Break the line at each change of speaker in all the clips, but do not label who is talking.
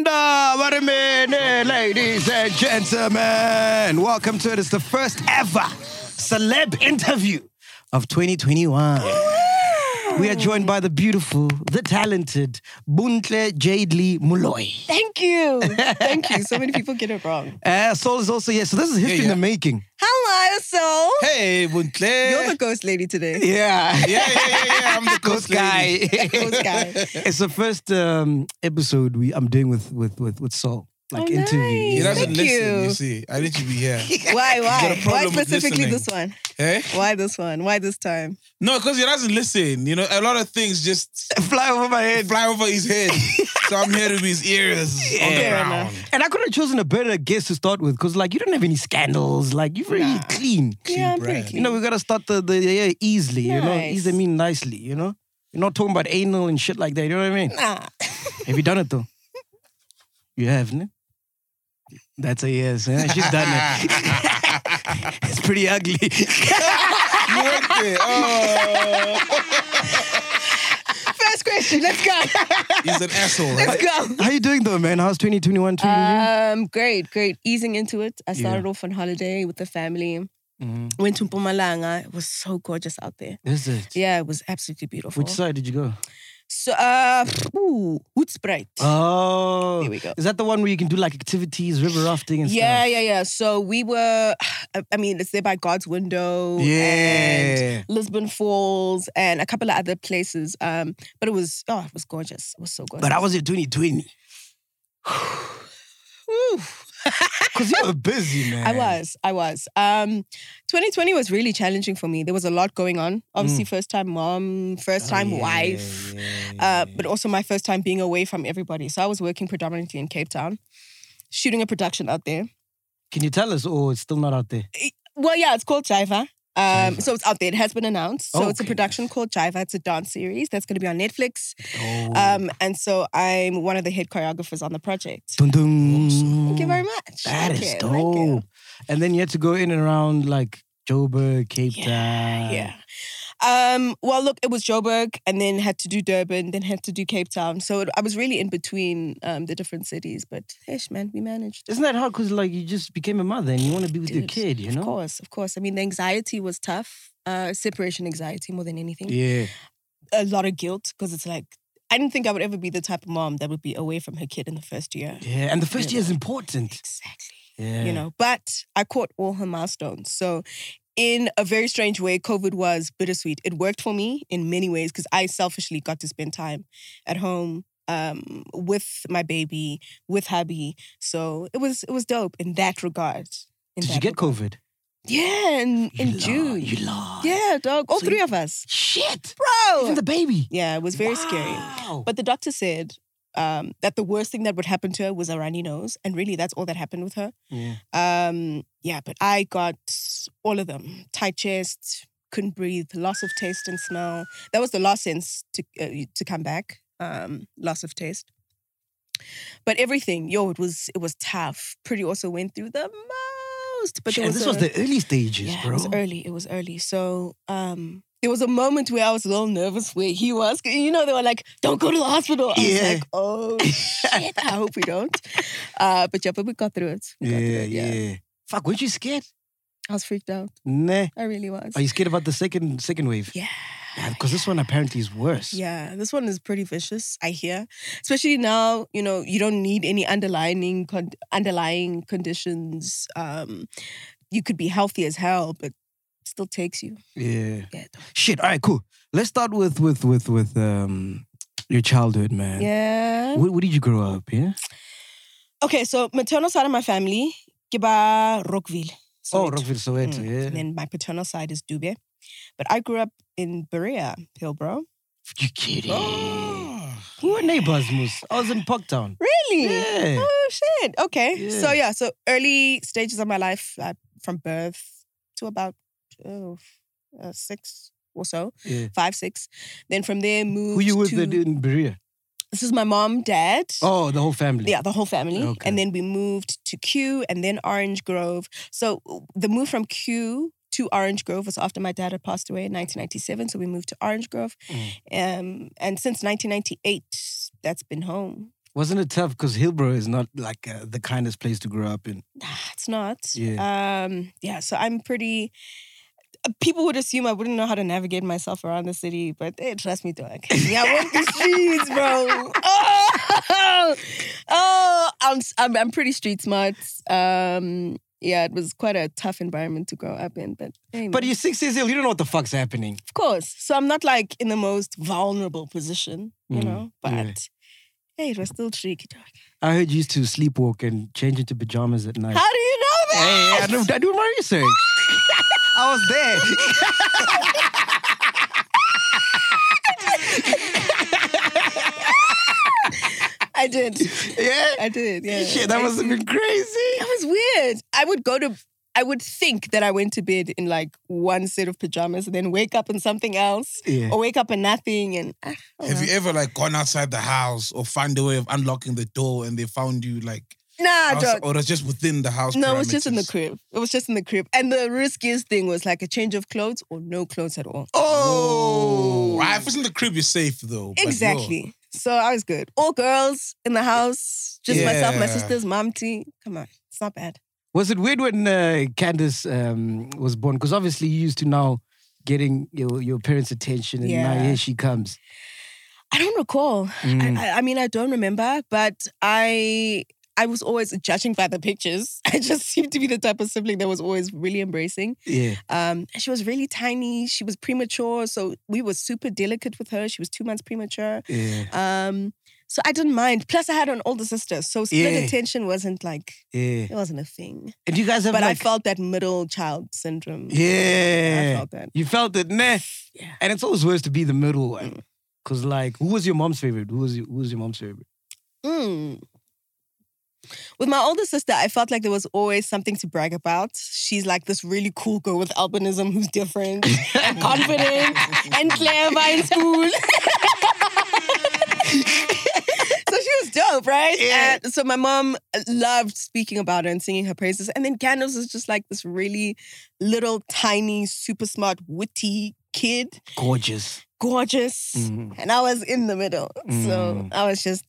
Nah, what a minute, ladies and gentlemen. Welcome to it. It's the first ever celeb interview of 2021. We are joined by the beautiful, the talented Buntle Jadely Muloy.
Thank you. Thank you. So many people get it wrong.
Uh, Soul is also here. So this is history in the making.
Hello, Soul.
Hey, Buntle.
You're the ghost lady today.
Yeah.
yeah, yeah, yeah, yeah. I'm the
Ghost
ghost guy.
guy.
Ghost guy.
it's the first um, episode we I'm doing with with with, with Soul. Like
Oh,
interview.
nice.
He doesn't
Thank
listen, you.
you.
see. I need to be here.
Why, why?
got a
Why
problem with
specifically
listening.
this one?
eh?
Why this one? Why this time?
No, because he doesn't listen. You know, a lot of things just
Fly over my head.
fly over his head. so I'm here to be his ears on the
Fair
ground.
And I could have chosen a better guest to start with because, like, you don't have any scandals. Like, you're very clean.
yeah, I'm
brand.
pretty
You
clean.
know, we got to start the, the year easily, you know?
Nice.
Easy, I mean, nicely, you know? You're not talking about anal and shit like that, you know what I mean?
Nah.
have you done it, though? You have, no? That's a yes. eh? She's done it. it's pretty ugly.
You went there. Oh,
First question. Let's go.
he's an asshole, right?
Let's go.
How you doing, though, man? How's 2021 treating
Um, great, great. Easing into it. I started off on holiday with the family.
you? Mhm.
Went to Mpumalanga. It was so gorgeous out there.
Is it?
Yeah, it was absolutely beautiful.
Which side did you go?
So, uh, ooh, Hoedspruit.
Oh.
Here we go.
Is that the one where you can do, like, activities, river rafting and
Yeah,
stuff?
yeah, yeah. So we were, I- I mean, it's there by God's Window.
Yeah.
And Lisbon Falls and a couple of other places. Um, but it was, oh, it was gorgeous. It was so gorgeous.
But I was in 2020.
Woo.
Because you were busy, man.
I was, I was. Um, 2020 was really challenging for me. There was a lot going on. Obviously,
Mm.
first time mom,
Oh,
first time wife, uh, but also my first time being away from everybody. So I was working predominantly in Cape Town, shooting a production out there.
Can you tell us? Oh, it's still not out there.
Well, yeah, it's called Jiva. Um, so it's out there. It has been announced. So it's a
Okay.
production called Jiva. It's a dance series that's going to be on Netflix.
Oh.
Um, and so I'm one of the head choreographers on the project.
dun, dun.
Thank you very much.
That
Thank
is
you,
dope.
thank you.
And then you had to go in and around like Joburg, Cape Town.
Yeah. Um, well, look, it was Joburg, and then had to do Durban, then had to do Cape Town. So it, I was really in between um, the different cities. But ish, man, we managed.
Isn't that hard? Because like you just became a mother and you want to be with your
Dude,
kid, you
Of
know?
course, of course. I mean, the anxiety was tough. Uh, separation anxiety more than anything.
Yeah.
a lot of guilt because it's like I didn't think I would ever be the type of mom that would be away from her kid in the first year.
Yeah. And the first
Yeah.
year is important.
Exactly.
Yeah.
You know, but I caught all her milestones. So in a very strange way, COVID was bittersweet. It worked for me in many ways because I selfishly got to spend time at home um, with my baby, with hubby. So it was it was dope in that regard. in
Did you
that
get
regard.
COVID?
Yeah, in,
You
in
lie,
June.
You lied.
Yeah, dog. All
So
three
you-
of us.
Shit.
Bro.
Even the baby.
yeah, it was very scary.
Wow.
But the doctor said um, that the worst thing that would happen to her was a runny nose, and really that's all that happened with her.
yeah.
Um, yeah, but I got all of them: tight chest, couldn't breathe, loss of taste and smell. That was the last sense to uh, to come back. Um, loss of taste. But everything, yo, it was it was tough. Pretty also went through the most. But
Shit,
there
and
was
this
a-
was the early stages,
yeah,
bro.
it was early. It was early. So um, there was a moment where I was a little nervous where he was. 'Cause, You know, they were like, "Don't go to the hospital." I was
Yeah.
like, "Oh shit! I hope we don't." Uh, but yeah, but we got through it. We got through
Yeah,
it,
yeah, Fuck, weren't you scared?
I was freaked out.
Nah.
I really was.
Are you scared about the second second wave?
yeah.
Because this one apparently is worse.
Yeah, this one is pretty vicious. I hear, especially now. You know, you don't need any underlying con- underlying conditions. Um, you could be healthy as hell, but still takes you.
Yeah.
Yeah.
Shit. All right. Cool. Let's start with with with with um your childhood, man.
Yeah.
Where, where did you grow up? Yeah.
Okay, so maternal side of my family, Kiba Rockville.
Oh,
Soweto.
Rockville, Soweto.
Mm. And
Yeah.
then my paternal side is Dube. But I grew up in Berea, Hillbro.
You kidding? We were neighbors, Moose. I was in Parktown.
Oh. Really?
Yeah.
Oh shit. Okay. So
Yeah.
yeah, so early stages of my life, like from birth to about oh, uh, six or so,
Yeah.
five, six. Then from there moved
Who you with
to,
the, in Berea?
This is my mom, dad.
Oh, the whole family.
Yeah, the whole family.
Okay.
And then we moved to Q and then Orange Grove. So uh, the move from Q to Orange Grove was after my dad had passed away in 1997. So we moved to Orange Grove.
Mm.
Um, and since 1998, that's been home.
Wasn't it tough? Because Hillbrow is not like uh, the kindest place to grow up in.
Nah, It's not.
Yeah.
Um, yeah, so I'm pretty. uh, People would assume I wouldn't know how to navigate myself around the city, but eh, trust me, dog. Yeah, I walk the streets, bro. Oh, oh I'm, s- I'm I'm pretty street smart. Um, yeah, it was quite a tough environment to grow up in, but hey,
But
man,
you're six years old. You don't know what the fuck's happening.
of course. So I'm not like in the most vulnerable position, you
Mm,
know. But
yeah.
hey, it was still tricky, dog.
I heard you used to sleepwalk and change into pajamas at night.
How do you know
Hey,
that?
I do, I do my research. I was there.
I did.
Yeah.
I did. Yeah.
Shit, that
I
must have
did.
been crazy.
That was weird. I would go to. I would think that I went to bed in like one set of pajamas and then wake up in something else,
Yeah.
or wake up in nothing. And ah, oh
Have
well.
you ever like gone outside the house or found a way of unlocking the door and they found you like
nah,
outside,
dog.
or it's just within the house?
Ah, No, it was just in the
parameters?
crib. It was just in the crib. And the riskiest thing was like a change of clothes or no clothes at all.
Oh, right. If it's in the crib, you're safe though. but yo,
exactly. So I was good. All girls in the house, just myself, my
Yeah.
sisters, mom, tea. Come on, it's not bad.
Was it weird when uh, Candace um, was born? Because obviously you used to now getting your, your parents' attention, and now
Yeah.
here she comes.
I don't recall.
Mm.
I, I, I mean, I don't remember, but I I was always judging by the pictures. I just seemed to be the type of sibling that was always really embracing.
Yeah.
Um, and she was really tiny. She was premature, so we were super delicate with her. She was two months premature.
Yeah.
Um, so I didn't mind. Plus, I had an older sister, so split
Yeah.
attention wasn't like
Yeah.
it wasn't a thing.
And you guys have
But I
like-
felt that middle child syndrome.
Yeah.
I felt that.
You felt it, nah.
Yeah. Mm.
And it's always worse to be the middle one. Cause like, who was your mom's favorite? Who was your, who was your mom's favorite?
Mm. With my older sister, I felt like there was always something to brag about. She's like this really cool girl with albinism who's different and confident and clever in school. so she was dope, right?
Yeah.
And so my mom loved speaking about her and singing her praises. And then Candace is just like this really little, tiny, super smart, witty kid,
Gorgeous.
gorgeous.
Mhm.
And I was in the middle. So
Mm.
I was just.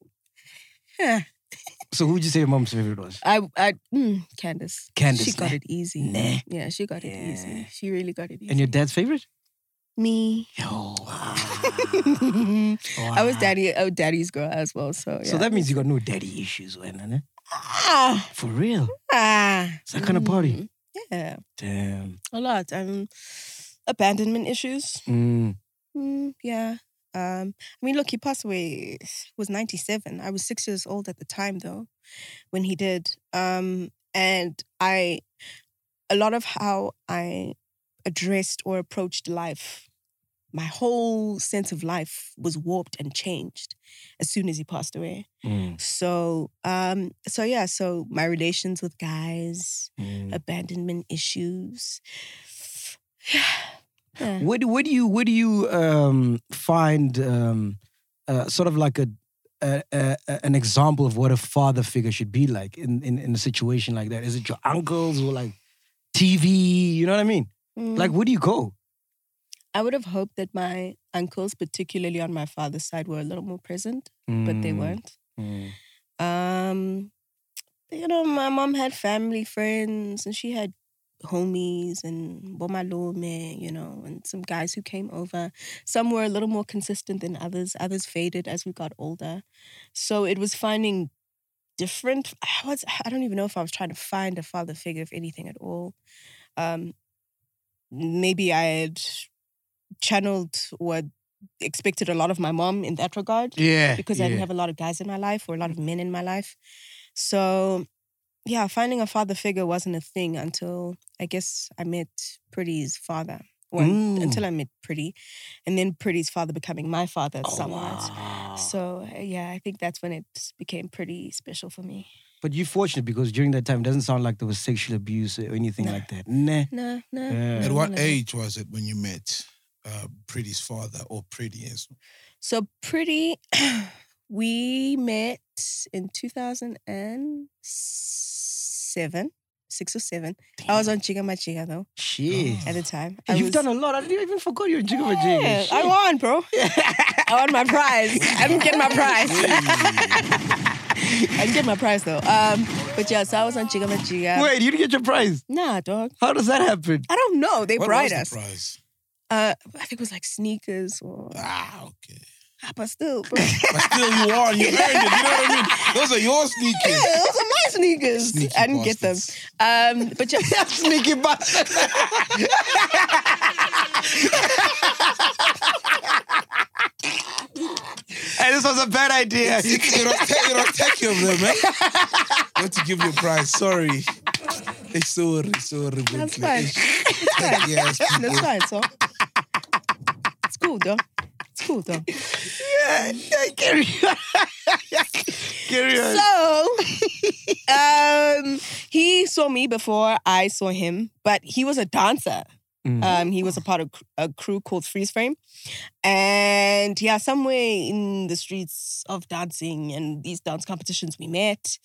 So who would you say your mom's favorite was?
I, I, mm, Candace.
Candace,
She got
nah.
it easy.
Nah.
Yeah, she got it easy.
Yeah.
She really got it easy.
And your dad's favorite?
me.
Yo.
I was daddy. I was daddy's girl as well. So yeah.
So that means you got no daddy issues, man. eh?
ah,
For real.
ah,
It's that kind of party.
Mm, Yeah,
Damn.
a lot. Um, abandonment issues.
Mm.
Mm, yeah. Um, I mean, look, he passed away. Was ninety seven. I was six years old at the time, though, when he did. Um, and I, a lot of how I addressed or approached life, my whole sense of life was warped and changed as soon as he passed away.
Mm.
So, um, so yeah, so my relations with guys,
Mm.
abandonment issues. Yeah.
Where do, where do you where do you um, find um, uh, sort of like a, a, a a- an example of what a father figure should be like in, in in a situation like that? Is it your uncles or like TV? You know what I mean?
Mm.
Like where do you go?
I would have hoped that my uncles, particularly on my father's side, were a little more present, but they weren't.
Mm.
Um, you know, my mom had family friends, and she had homies and Bomalome, you know, and some guys who came over. Some were a little more consistent than others. Others faded as we got older. So it was finding different I was I don't even know if I was trying to find a father figure if anything at all. Um maybe I had channeled or expected a lot of my mom in that regard
Yeah.
because I didn't have a lot of guys in my life or a lot of men in my life. So, yeah, finding a father figure wasn't a thing until I guess I met Pretty's father. Well,
Mm.
until I met Pretty, and then Pretty's father becoming my father somewhat.
Oh, wow.
So, uh, yeah, I think that's when it became pretty special for me.
But you're fortunate because during that time, it doesn't sound like there was sexual abuse or anything
No.
like that. Nah.
No, no.
Yeah.
no,
At what
no, no.
age was it when you met uh, Pretty's father or Pretty? As
So, Pretty, we met in 2007, six or seven. I was on Chiga Machiga though.
Shit.
at the time. I
You've
was-
done a lot. I didn't even forgot you're a jigga
Yeah, I won, bro. I won my prize. I didn't get my prize. I didn't get my prize though. Um, but yeah, so I was on Chiga Machiga.
Wait, you didn't get your prize.
Nah, dog.
How does that happen?
I don't know. They
what
bribed
was
us.
the prize?
Uh, I think it was like sneakers or
Ah, okay.
but still, bro.
But still, you won. You earned it. You know what I mean? Those are your sneakers.
Yeah, those are my sneakers.
Sneaky
I didn't get them.
bastards.
Um, but yeah,
Sneaky bastard. hey, this was a bad idea.
You don't take, you don't take your them, man. Not to give you a prize. Sorry. Hey, sorry, sorry.
that's
Bentley.
fine.
Hey, thank you, ass people.
That's fine. So it's cool, though. It's cool, though.
Yeah, yeah, carry on. carry on.
So, um, he saw me before I saw him, but he was a dancer.
Mm.
Um, he was a part of cr- a crew called Freeze Frame, and yeah, somewhere in the streets of dancing and these dance competitions, we met.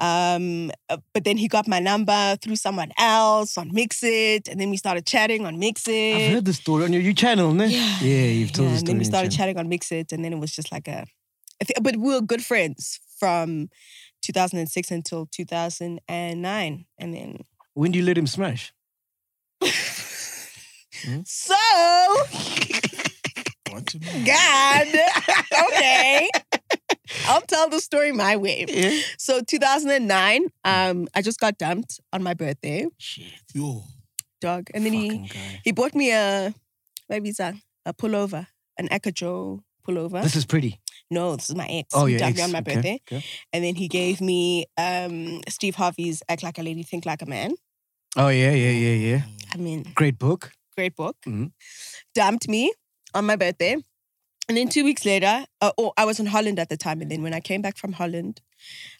Um, uh, but then he got my number through someone else on Mix It, and then we started chatting on Mix It.
I've heard the story on your, your channel, no?
Yeah.
yeah you've told the
Yeah,
story.
and then we
on
started
channel.
chatting on Mix It, and then it was just like a, I thi- but we were good friends from 2006 until 2009, and then
When do you let him smash? Hmm?
so
Want to know?
God, okay, I'll tell the story my way.
Yeah.
So 2009,
Hmm.
um, I just got dumped on my birthday,
Yo,
dog, and then he
Fucking guy.
he bought me a, what is that? A pullover, an Akajo pullover.
This is pretty.
no, this is my ex.
Oh,
who
yeah.
dumped me on my
okay,
birthday.
okay.
And then he gave me um, Steve Harvey's Act Like a Lady, Think Like a Man.
Oh, yeah, yeah, yeah, yeah.
I mean,
Great book.
great book.
Mhm.
Dumped me on my birthday. And then two weeks later, uh, oh, I was in Holland at the time. And then when I came back from Holland,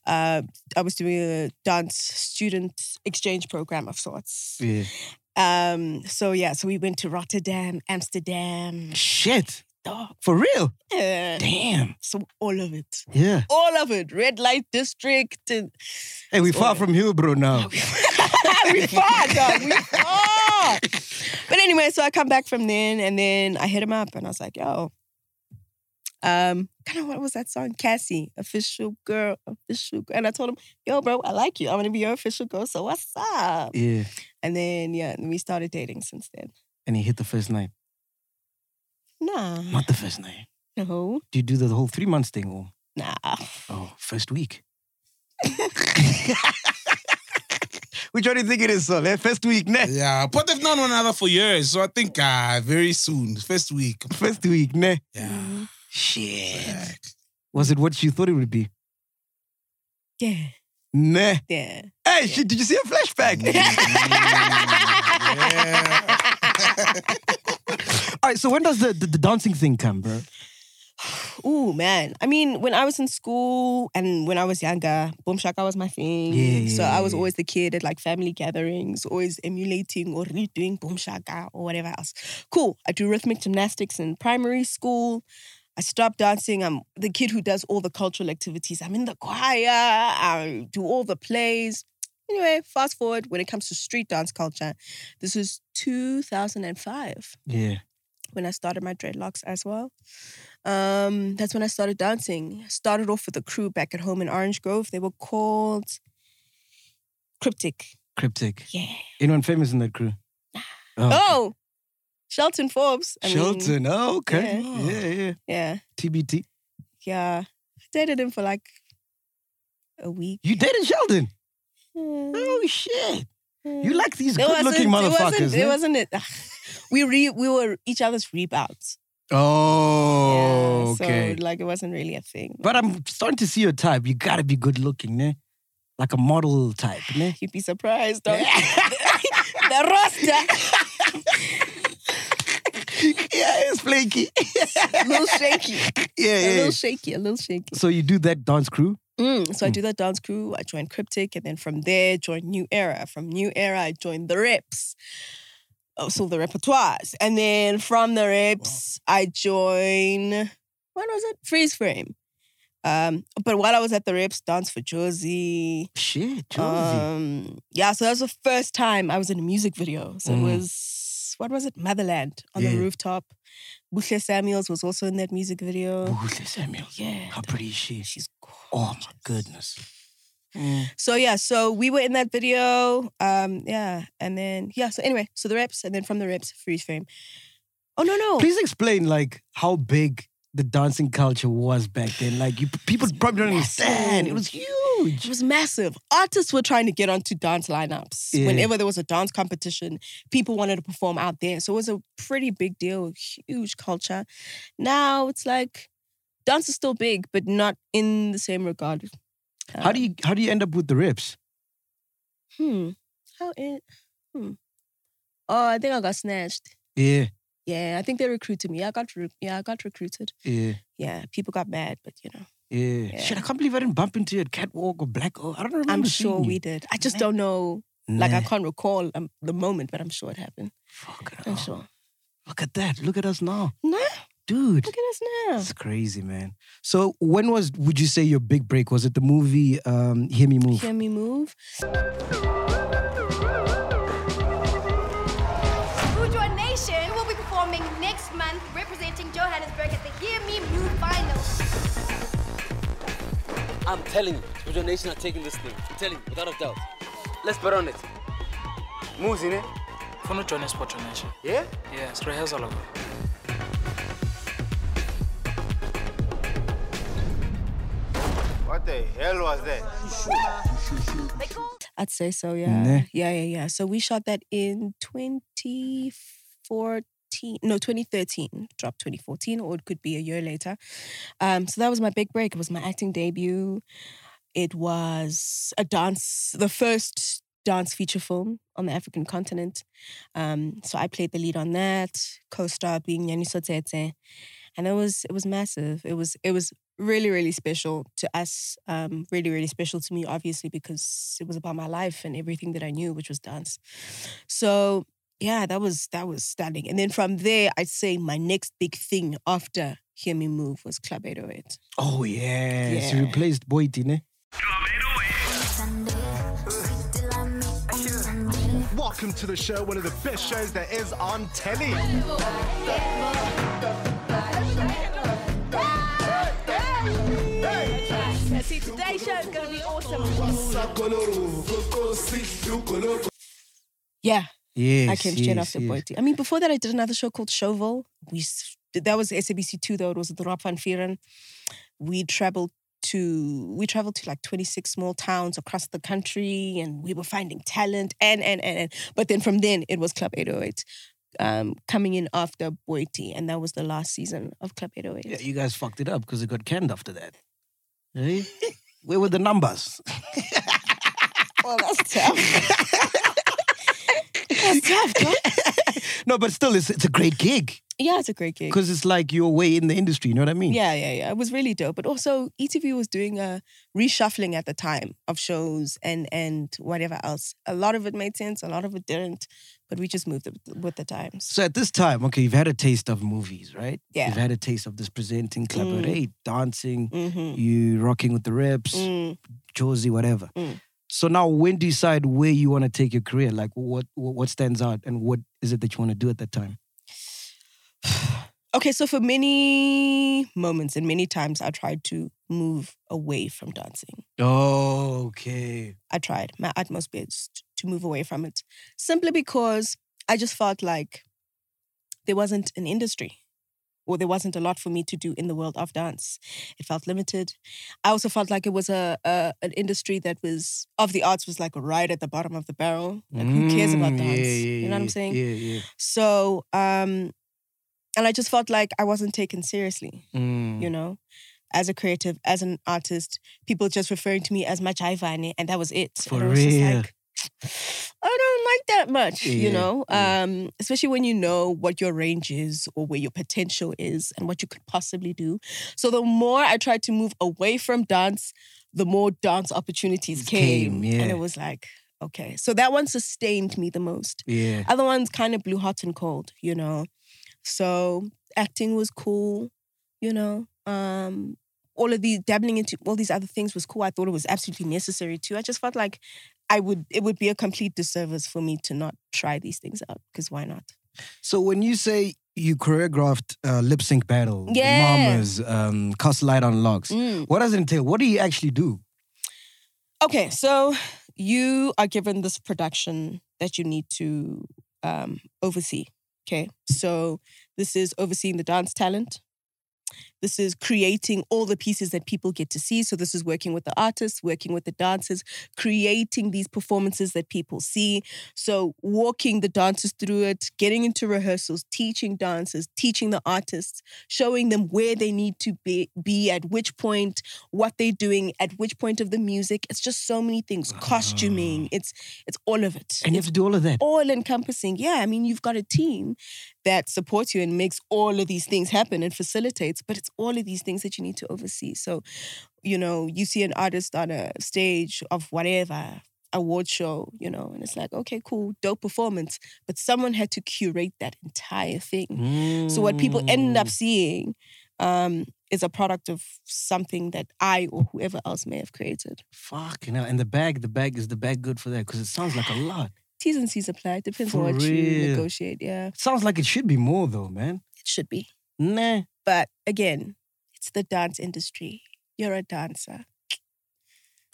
uh, I was doing a dance student exchange program of sorts.
Yeah.
Um, so, yeah, so we went to Rotterdam, Amsterdam.
Shit.
Dog.
For real?
yeah.
Damn.
So, all of it.
Yeah.
All of it. Red light district. And
Hey, we far from
Sorry.
Hillbro now.
we far, dog. We far. But anyway, so I come back from then, and then I hit him up, and I was like, "Yo, um, kind of what was that song? Cassie, official girl, official." Girl. And I told him, "Yo, bro, I like you. I want to be your official girl. So what's up?"
Yeah.
And then yeah, and we started dating since then.
And he hit the first night.
Nah,
Not the first night.
no,
Do you do the whole three months thing or?
nah.
Oh, first week. Which one do you think it is, Sol? eh? First week, ne?
Yeah, but they've known one another for years, so I think uh, very soon, first week.
First week, ne?
Yeah.
Shit. Was it what you thought it would be?
Yeah,
Nah.
yeah.
Hey, shit, did you see a flashback?
Mm.
All right, so when does the, the, the dancing thing come, bro?
Ooh, man. I mean, when I was in school and when I was younger, Boom Shaka was my thing.
Yeah, yeah,
so
yeah,
I was
yeah.
always the kid at like family gatherings, always emulating or redoing Boom Shaka or whatever else. Cool. I do rhythmic gymnastics in primary school. I stop dancing. I'm the kid who does all the cultural activities. I'm in the choir. I do all the plays. Anyway, fast forward when it comes to street dance culture, this was 2005
Yeah.
when I started my dreadlocks as well. Um, that's when I started dancing. Started off with a crew back at home in Orange Grove. They were called Cryptic.
Cryptic.
Yeah.
Anyone famous in that crew?
Oh, Shelton Forbes. I mean,
Shelton. oh, okay.
yeah.
Yeah, yeah.
yeah.
TBT.
Yeah. I dated him for like a week.
You dated Sheldon?
Mm,
Oh shit!
mm.
You like these
There
good-looking
wasn't- there
motherfuckers. eh?
Wasn't, it
man.
wasn't it. We re we were each other's rebounds.
oh,
Yeah,
okay.
So like it wasn't really a thing.
But I'm starting to see your type. You gotta be good-looking, ne? Like a model type, ne?
You'd be surprised. Dog. the roster
yeah, it's flaky.
a little shaky.
Yeah,
A
yeah.
little shaky. A little shaky.
So you do that dance crew?
Mm, so I do that dance crew. I joined Cryptic, and then from there joined New Era. From New Era, I joined the Reps. Oh, so the repertoires, and then from the Reps, I joined. When was it? Freeze Frame. Um, but while I was at the Reps, Dance for Josie.
Shit, Josie.
Um, yeah, so that was the first time I was in a music video. So
Mm.
it was what was it? Motherland on
Yeah.
the rooftop. Buhle Samuels was also in that music video.
Buhle Samuel.
Yeah,
How pretty is she?
she's
Oh my goodness.
So yeah, so we were in that video. Um, yeah, and then yeah, so anyway, so the reps, and then from the reps, freeze frame. Oh no, no.
Please explain like how big the dancing culture was back then. Like you people probably don't understand. It was
It
huge.
was massive. Artists were trying to get onto dance lineups.
Yeah.
Whenever there was a dance competition, people wanted to perform out there. So it was a pretty big deal, huge culture. Now it's like dance is still big, but not in the same regard.
How do you how do you end up with the rips?
Hmm. How it? Hmm. Oh, I think I got snatched.
Yeah,
Yeah, I think they recruited me. I got re- yeah, I got recruited.
yeah,
Yeah, people got mad, but you know,
yeah,
Yeah.
Shit, I can't believe I didn't bump into you at Catwalk or Black O. I don't remember.
I'm
seeing
sure
you.
we did. I just don't know. Like I
Nah,
can't recall um, the moment, but I'm sure it happened.
fuck it
I'm
up.
sure.
Look at that. Look at us now,
Nah,
dude.
look at us
It's crazy, man. So when was would you say your big break? Was it the movie um, Hear Me
now.
Move?
Hear me move.
Food Joy Nation will be performing next month representing Johannesburg at the Hear Me Move Finals.
I'm telling you, Spiritual Nation are taking this thing. I'm telling you, without a doubt. Let's bet on it. Moves in it.
Funa join us Sport Nation.
Yeah?
Yeah, it's rehearsal. of it.
What the hell was that?
I'd say so. Yeah.
Nah.
Yeah, yeah, yeah. So we shot that in 2014. No, 2013. Dropped 2014, or it could be a year later. Um, so that was my big break. It was my acting debut. It was a dance, the first dance feature film on the African continent. Um, so I played the lead on that, co-star being Yanni Sotete. And it was it was massive. It was it was really, really special to us. Um, really, really special to me, obviously, because it was about my life and everything that I knew, which was dance. So yeah, that was that was stunning. And then from there, I'd say my next big thing after Hear Me Move was Club 808.
Oh yes, you
Yeah.
replaced Boyti, ne?
Welcome to the show, one of the best shows that is on telly.
See, today's show is going to be awesome.
Yeah,
Yes,
I came straight
yes,
after
yes.
Boiti. I mean, before that, I did another show called Shovel. We s- that was SABC two though. It was the Rap van Vieren. We traveled to we traveled to like twenty six small towns across the country, and we were finding talent and and and. and. But then from then it was Club Eight Hundred Eight. Um, coming in after Boiti, and that was the last season of Club 808.
Yeah, you guys fucked it up because it got canned after that. Eh? Where were the numbers?
Well, that's tough. that's tough. dog.
No, but still, it's it's a great gig
Yeah, it's a great gig.
because it's like your way in the industry. You know what I mean?
Yeah, yeah, yeah. It was really dope. But also, ETV was doing a reshuffling at the time of shows and and whatever else. A lot of it made sense, a lot of it didn't. But we just moved with- with the times.
So at this time, okay, you've had a taste of movies, right?
Yeah. Mm.
You've had a taste of this presenting, collaborate, dancing,
Mm-hmm.
you rocking with the reps,
Mm.
Josie, whatever.
Mm.
So now, when do you decide where you want to take your career? Like, what what what stands out, and what is it that you want to do at that time?
Okay, so for many moments and many times, I tried to move away from dancing.
Okay.
I tried my utmost best to move away from it simply because I just felt like there wasn't an industry or there wasn't a lot for me to do in the world of dance. It felt limited. I also felt like it was a, a an industry that was of the arts was like right at the bottom of the barrel. Like who cares about
Mm,
dance?
yeah, yeah,
you know what I'm
yeah,
saying?
Yeah, yeah.
So, um, and I just felt like I wasn't taken seriously,
Mm.
you know, as a creative, as an artist. People just referring to me as Machaivane, and that was it.
For
and I was just
real.
like, I don't like that much,
Yeah,
you know,
yeah.
um, especially when you know what your range is or where your potential is and what you could possibly do. So, the more I tried to move away from dance, the more dance opportunities
Came,
came.
yeah.
And it was like, okay. So, that one sustained me the most.
Yeah.
Other ones kind of blew hot and cold, you know. So acting was cool, you know. Um, all of the dabbling into all these other things was cool. I thought it was absolutely necessary too. I just felt like I would it would be a complete disservice for me to not try these things out because why not?
So when you say you choreographed uh, lip sync battle,
Yeah.
Mama's, um, Cast Light on Locks,
Mm.
what does it entail? What do you actually do?
Okay, so you are given this production that you need to um, oversee. Okay, so this is overseeing the dance talent. This is creating all the pieces that people get to see. So, this is working with the artists, working with the dancers, creating these performances that people see. So, walking the dancers through it, getting into rehearsals, teaching dancers, teaching the artists, showing them where they need to be, be at which point, what they're doing, at which point of the music. It's just so many things. Costuming, it's it's all of it.
And you have to do all of that.
All encompassing. Yeah, I mean, you've got a team that supports you and makes all of these things happen and facilitates, but it's all of these things that you need to oversee. So, you know, you see an artist on a stage of whatever award show, you know, and it's like, okay, cool, dope performance, but someone had to curate that entire thing. So what people ended
Mm.
up seeing um, is a product of something that I or whoever else may have created.
Fuck, you know, and the bag, the bag, is the bag good for that? Because it sounds like a lot.
T's and C's apply. Depends on
For
what
real.
you negotiate. Yeah, it
It sounds like it should be more though, man.
should be.
Nah.
But again, it's the dance industry. You're a dancer.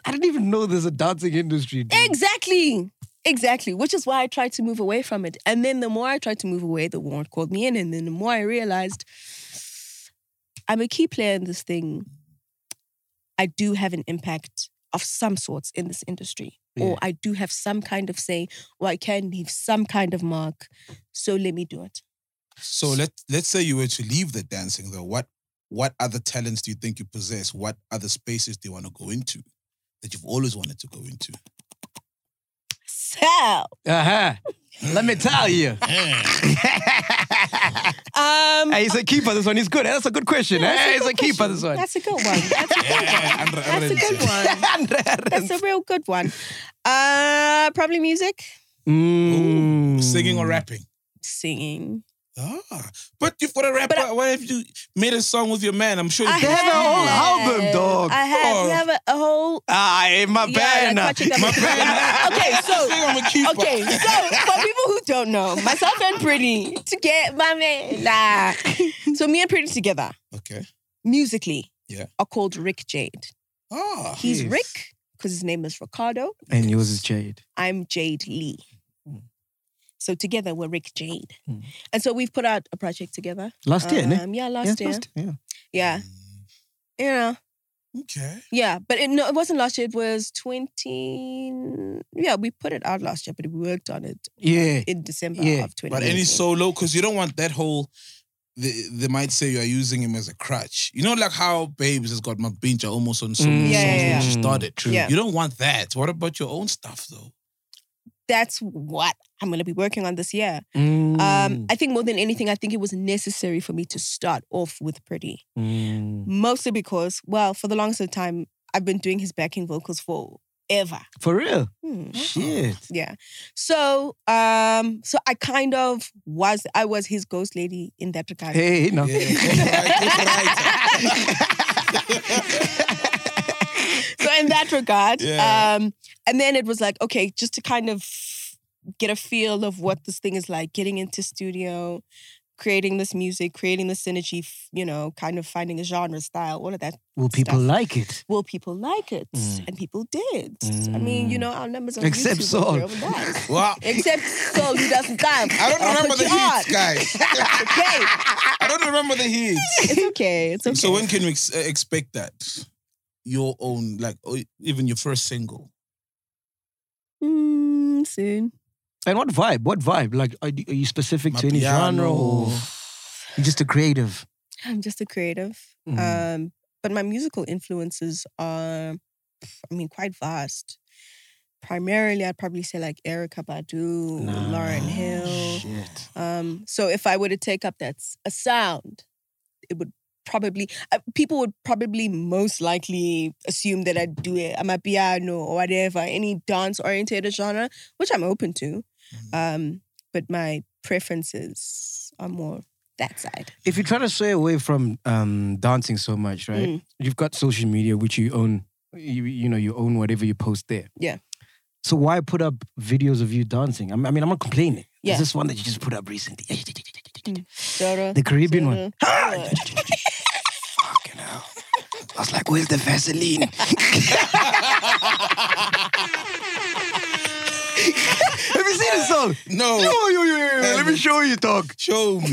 I didn't even know there's a dancing industry. dude.
Exactly. Exactly. Which is why I tried to move away from it. And then the more I tried to move away, the more it called me in. And then the more I realized I'm a key player in this thing. I do have an impact of some sorts in this industry.
Yeah.
Or I do have some kind of say, or I can leave some kind of mark. So let me do it.
So let let's say you were to leave the dancing though. What what other talents do you think you possess? What other spaces do you want to go into that you've always wanted to go into?
So
Uh-huh. Let me tell you.
um
hey, he's a keeper, this one. He's good. That's a good question. hey, he's a keeper, this one.
That's a good one. That's a good
Yeah,
one.
Andre-
That's a
Andre
good
said.
one. That's a real good one. Uh, probably music,
Mm.
Singing or rapping?
singing.
Ah, but you've got a rapper.
I-
Why have you made a song with your man? I'm sure.
I
You
have a whole album,
have-
dog.
I have,
Oh.
you have a, a whole.
Aye, Ah, my
Yeah,
bad.
like, Patrick, I'm
My
a-
bad.
Okay, so
I'm a keeper.
okay, so for people who don't know, myself and Pretty to get my man. Nah. So me and Pretty together
Okay.
musically,
Yeah.
are called Rick Jade.
Ah,
He's
Yes.
Rick because his name is Ricardo.
And yours is Jade.
I'm Jade Lee.
Hmm.
So together we're Rick Jade,
Mm.
and so we've put out a project together
Last year, ne?
Um, yeah,
Yeah,
last year.
yeah.
Yeah, you know,
okay.
yeah, but it, no, it wasn't last year. It was twenty. Yeah, we put it out last year, but we worked on it
Yeah.
in December
Yeah,
of twenty.
But any solo, because you don't want that whole. They, they might say you are using him as a crutch. You know, like how Babes has got Mabinja almost on so many
Mm. Yeah,
songs
yeah,
when
yeah.
she started.
True.
Yeah.
You don't want that. What about your own stuff though?
That's what I'm going to be working on this year.
Mm.
Um, I think more than anything, I think it was necessary for me to start off with Pretty,
Mm.
mostly because, well, for the longest of time, I've been doing his backing vocals for ever.
For real.
Hmm.
Shit.
Yeah. So, um, so I kind of was I was his ghost lady in that regard.
Hey, no.
Yeah, copyright, copyright.
so in that regard,
Yeah.
um, and then it was like, okay, just to kind of get a feel of what this thing is like, getting into studio, creating this music, creating the synergy, f- you know, kind of finding a genre, style, all of that.
Will people
stuff.
like it?
Will people like it?
Mm.
And people did. I mean, you know, our numbers on
Except
YouTube are
Saul.
real nice.
Wow.
Except Saul, who doesn't dance.
I don't
I'll
remember
put
the
you on.
hits, guys.
Okay,
I don't remember the hits.
it's okay. It's okay.
So when can we ex- uh, expect that? Your own, like or even your first single.
Mm, soon.
And what vibe? What vibe? Like, are you, are you specific
My
to any
piano.
genre or you're just a creative?
I'm just a creative.
Mm.
Um, but my musical influences are, pff, I mean, quite vast. Primarily, I'd probably say like Erica Badu, Lauren Hill.
Shit.
Um, so if I were to take up that s- a sound, it would probably uh, people would probably most likely assume that I do it. I'm a piano or whatever, any dance oriented genre, which I'm open to. Um, but my preferences are more that side.
If you're trying to stay away from um, dancing so much, right?
Mm.
You've got social media, which you own. You, you know, you own whatever you post there.
Yeah.
So why put up videos of you dancing? I'm- I mean, I'm not complaining.
Yeah.
There's
Mm.
this one that you just put up recently.
Dora,
The Caribbean
Dora.
Mm.
one. Ah! Fucking hell. I was like, where's the Vaseline? Have you seen this song?
No.
Oh, yo, yo, yo, yo, Let me
Haven't.
show you, dog.
Show me.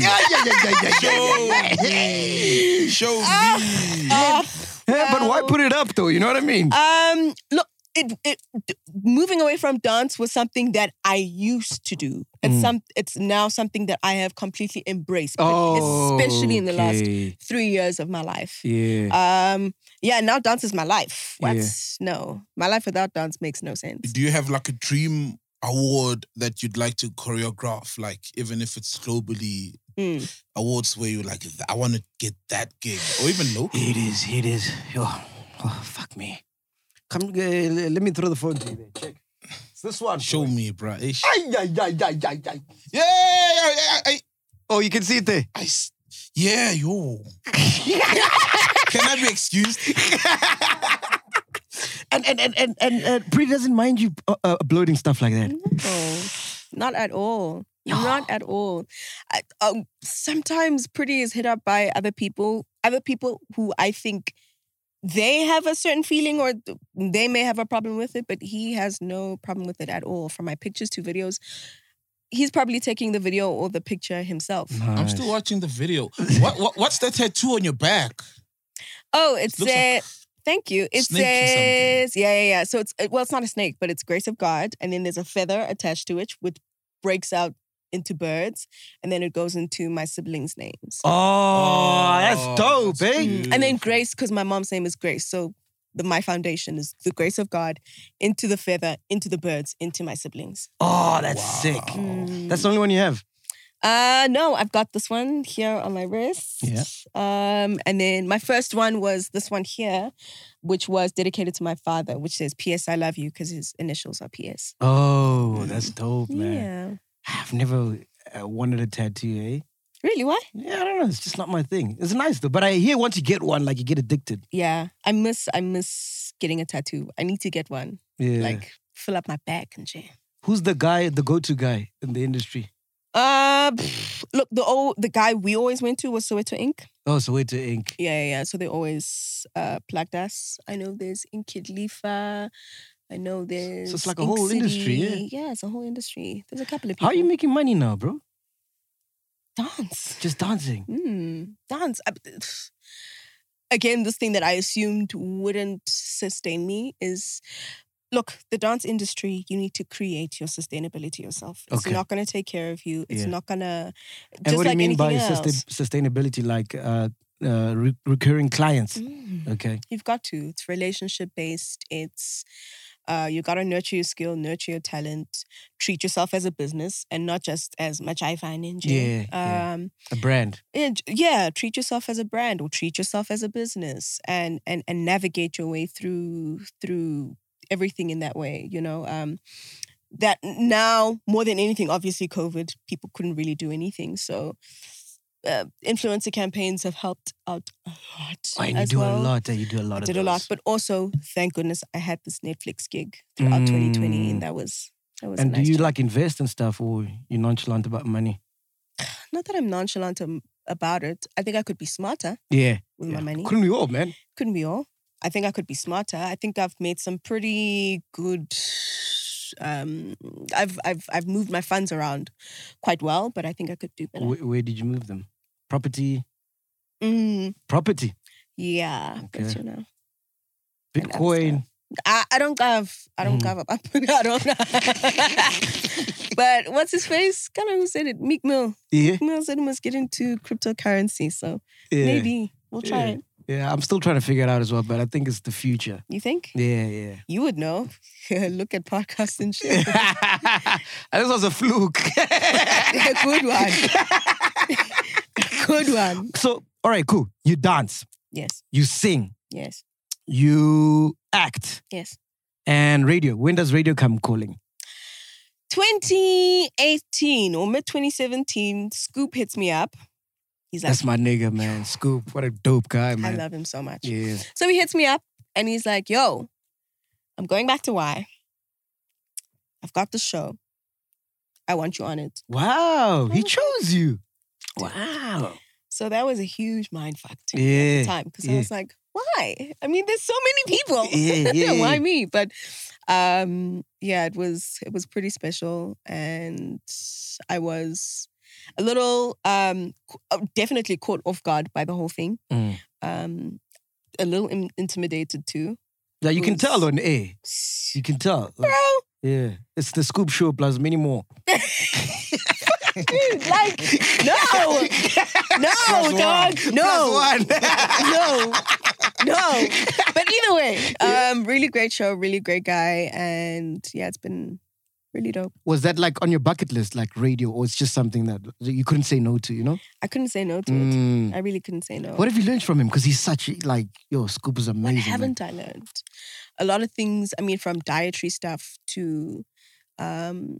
Show me. Show me.
Ah,
Yeah, but why put it up though? You know what I mean?
Um, look, it, it d- moving away from dance was something that I used to do.
Mm.
It's some. It's now something that I have completely embraced, but
Uh,
especially in the last
okay.
three years of my life.
Yeah.
Uh,
Um, yeah, now dance is my life. What?
Yeah.
No, my life without dance makes no sense.
Do you have like a dream award that you'd like to choreograph? Like even if it's globally
Mm.
awards where you're like, I want to get that gig, or even local.
It is, it is. Yo, oh, fuck me. Come, uh, l- let me throw the phone to you there. Check. It's this one.
Show me, bruh. Eh, sh-
Ay, ay, ay, ay, ay, ay.
Yeah, yeah, yeah, I,
Oh, you can see it there.
I s- yeah, yo. Can I be excused?
And and and and and uh, Pretty doesn't mind you uh, uh, uploading stuff like that.
No, not at all. Not at all. I, um, sometimes pretty is hit up by other people, other people who I think they have a certain feeling or th- they may have a problem with it, but he has no problem with it at all. From my pictures to videos, he's probably taking the video or the picture himself.
I'm still watching the video. What, what what's that tattoo on your back?
Oh, it's
Looks
a.
like
Thank you. It
snake or something.
says, yeah, yeah, yeah. So it's, uh, well, it's not a snake, but it's grace of God. And then there's a feather attached to it, which breaks out into birds. And then it goes into my siblings' names.
Oh,
Oh,
that's dope,
that's
eh?
cute.
And then grace, because my mom's name is Grace. So the, my foundation is the grace of God into the feather, into the birds, into my siblings.
Oh, that's sick. That's the only one you have.
Uh, no, I've got this one here on my wrist.
Yeah.
Um, and then my first one was this one here, which was dedicated to my father, which says PS I love you because his initials are PS.
Oh, that's dope, man.
Yeah.
I've never uh, wanted a tattoo, eh?
Really? Why?
Yeah, I don't know. It's just not my thing. It's nice though, but I hear once you get one, like you get addicted.
Yeah. I miss I miss getting a tattoo. I need to get one.
Yeah.
Like fill up my bag and shit.
who's the guy, the go-to guy in the industry?
Uh pff, look, the old the guy we always went to was Soweto Inc.
Oh, so wait to ink.
Yeah, yeah, yeah. So they always uh plugged us. I know there's Inkid Lifa. I know there's
it's like a
Ink
whole industry, yeah.
City. Yeah, it's a whole industry. There's a couple of people.
How are you making money now, bro?
dance?
Just dancing.
Mm, dance. I- Again, this thing that I assumed wouldn't sustain me is look, the dance industry, you need to create your sustainability yourself. It's
Okay.
not gonna take care of you. It's
Yeah.
not gonna just
and what do
like
you mean
anything
by
else.
sustain- sustainability? Like uh, uh, re- recurring clients.
Mm.
Okay.
You've got to. It's relationship based. It's uh, you got to nurture your skill, nurture your talent, treat yourself as a business and not just as much I find in
Yeah, yeah.
Um,
A brand.
yeah, j- yeah, treat yourself as a brand or treat yourself as a business and and and navigate your way through through everything in that way, you know. Um that now more than anything obviously covid people couldn't really do anything so uh, influencer campaigns have helped out a lot
Oh, and you
as
do
well.
a lot. eh? You do a lot
I
of
did a lot,
those.
but also thank goodness I had this Netflix gig throughout 2020, and that was that was.
Mm.
a
and do
nice
you
job.
like invest in stuff, or you nonchalant about money?
Not that I'm nonchalant am- about it. I think I could be smarter
Yeah.
with my money.
Couldn't we all, man?
Couldn't we all? I think I could be smarter. I think I've made some pretty good. Um, I've I've I've moved my funds around quite well, but I think I could do better.
Where, where did you move them? Property.
Mm,
Property.
yeah, but
Okay.
you know, And that's
Bitcoin.
I, I don't have I don't
Mm.
have up. I don't. but what's his face? Kind of who said it? Meek Mill.
Yeah.
Meek Mill said he must get into cryptocurrency, so
yeah.
maybe we'll try
Yeah.
it.
Yeah. I'm still trying to figure it out as well, but I think it's the future.
You think?
Yeah, yeah.
You would know. Look at podcasts and shit.
this was a fluke.
Good one. Good one.
so, all right, cool. You dance,
Yes.
you sing,
Yes.
you act,
Yes.
and radio. When does radio come calling?
2018 or mid 2017, Scoop hits me up. He's like,
That's my nigga, man. Scoop, what a dope guy,
I
man.
love him so much.
yeah.
So he hits me up and he's like, yo, I'm going back to Y. I've got the show. I want you on it.
Wow, he chose you.
Wow. So that was a huge mind fuck to me at
Yeah.
the time because I
yeah.
was like, why? I mean, there's so many people.
Yeah, yeah,
why
yeah.
me? But um, yeah, it was it was pretty special, and I was a little um, qu- uh, definitely caught off guard by the whole thing.
Mm.
Um, a little in- intimidated too,
Yeah, you can
was-
tell on air. You can tell.
bro.
Like, yeah. It's the Scoop Show plus many more.
Dude, like, no, no, dog, no. no, no. But either way, um, really great show, really great guy, and yeah, it's been really dope.
Was that like on your bucket list, like radio, or it's just something that you couldn't say no to, you know?
I couldn't say no to
Mm.
it. I really couldn't say no.
What have you learned from him? Because he's such like yo, Scoop is
What
amazing. man.
haven't I learned? A lot of things. I mean, from dietary stuff to um,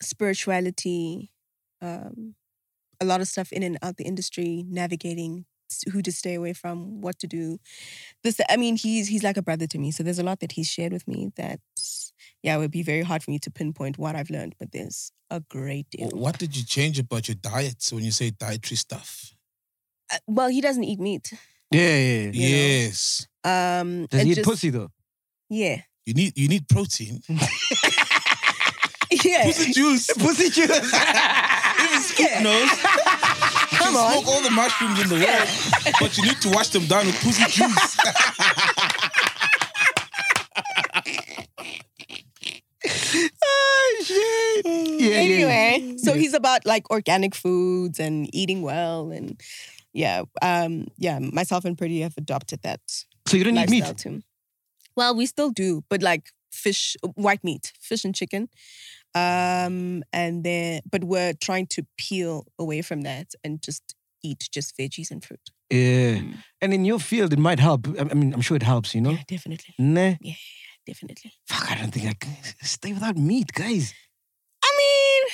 spirituality, um, a lot of stuff in and out the industry, navigating s- who to stay away from, what to do. This, I mean, he's he's like a brother to me. So there's a lot that he's shared with me that, yeah, it would be very hard for me to pinpoint what I've learned, but there's a great deal.
Wh- What did you change about your diet when you say dietary stuff?
Uh, Well, he doesn't eat meat.
Yeah, yeah. yeah.
You know.
yes.
Um,
Does
and
he eat
just-
pussy though?
Yeah,
You need you need protein.
yeah.
Pussy juice.
Pussy juice.
Even Scoop
Yeah.
knows. You can smoke all the mushrooms in the world, but you need to wash them down with pussy juice.
Oh, yeah, yeah.
anyway, so he's about like organic foods and eating well and yeah, um, yeah, myself and Pretty have adopted that
So you don't eat meat.
lifestyle too. Well, we still do, but like fish, white meat, fish and chicken. Um, and then, but we're trying to peel away from that and just eat just veggies and fruit.
Yeah. And in your field, it might help. I I mean, I'm sure it helps, you know?
Mm. Yeah, definitely,
Nah.
definitely.
Fuck, I don't think I can stay without meat, guys.
I mean,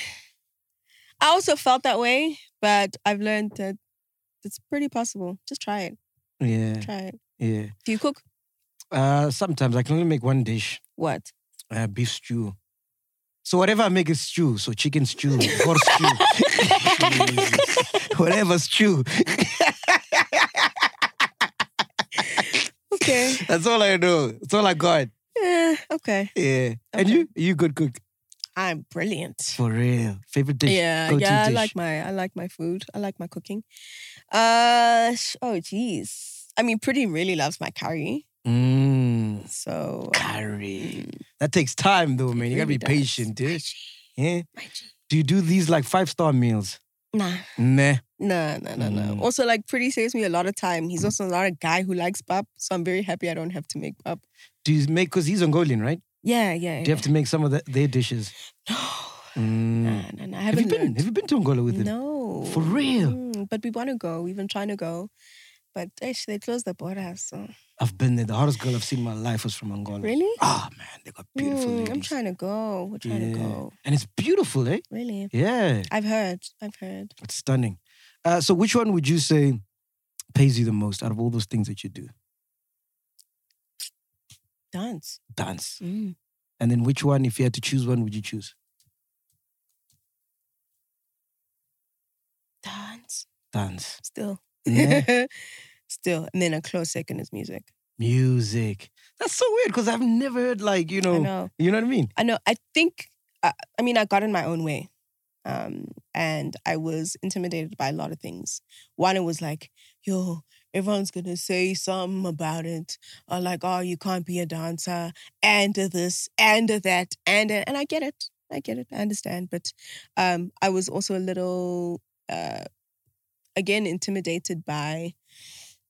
I also felt that way, but I've learned that it's pretty possible. Just try it.
Yeah,
Try it.
yeah.
Do you cook?
Uh, sometimes I can only make one dish,
What?
uh, beef stew. So whatever I make is stew. So chicken stew, horse stew, whatever stew.
okay.
That's all I know. That's all I got.
Eh, okay.
Yeah. And
Okay.
you, you good cook
I'm brilliant.
for real. Favorite dish?
Yeah,
Go-to
yeah. I
dish.
like my I like my food. I like my cooking. Uh sh- oh jeez. I mean, Pretty really loves my curry.
Mm,
So uh,
curry. Mm. That takes time though, man. You gotta
really
be
does.
patient, dude. Yeah.
my G.
Do you do these like five star meals?
Nah,
Nah.
no, no, no, no.
Mm.
Also, like, Pretty saves me a lot of time. He's also not a guy who likes pap, so I'm very happy I don't have to make pap.
Do you make because he's Ongolian, right?
Yeah, yeah.
Do you have to make some of the, their dishes?
No,
Mm.
nah, nah, nah. I
Have you
haven't
been?
learned.
Have you been to Angola with him?
No.
For real?
Mm, but we want to go. We've been trying to go. But ish, they closed the border, so.
I've been there. The hottest girl I've seen in my life was from Angola.
Really?
Ah man, they got beautiful
Mm,
ladies.
I'm trying to go. We're trying to
Yeah.
go.
And it's beautiful, eh?
Really?
Yeah,
I've heard. I've heard.
it's stunning. Uh, so, which one would you say pays you the most out of all those things that you do?
Dance.
Dance.
Mm.
And then, which one, if you had to choose one, would you choose? dance.
Still.
Yeah.
Still. And then a close second is music.
Music. That's so weird because I've never heard like you know,
know.
you know what I mean.
I know. I think. I, I mean, I got in my own way, um, and I was intimidated by a lot of things. One, it was like, yo, everyone's gonna say something about it, or like, oh, you can't be a dancer, and a this, and a that, and a, and I get it. I get it. I understand. But um, I was also a little, uh, again, intimidated by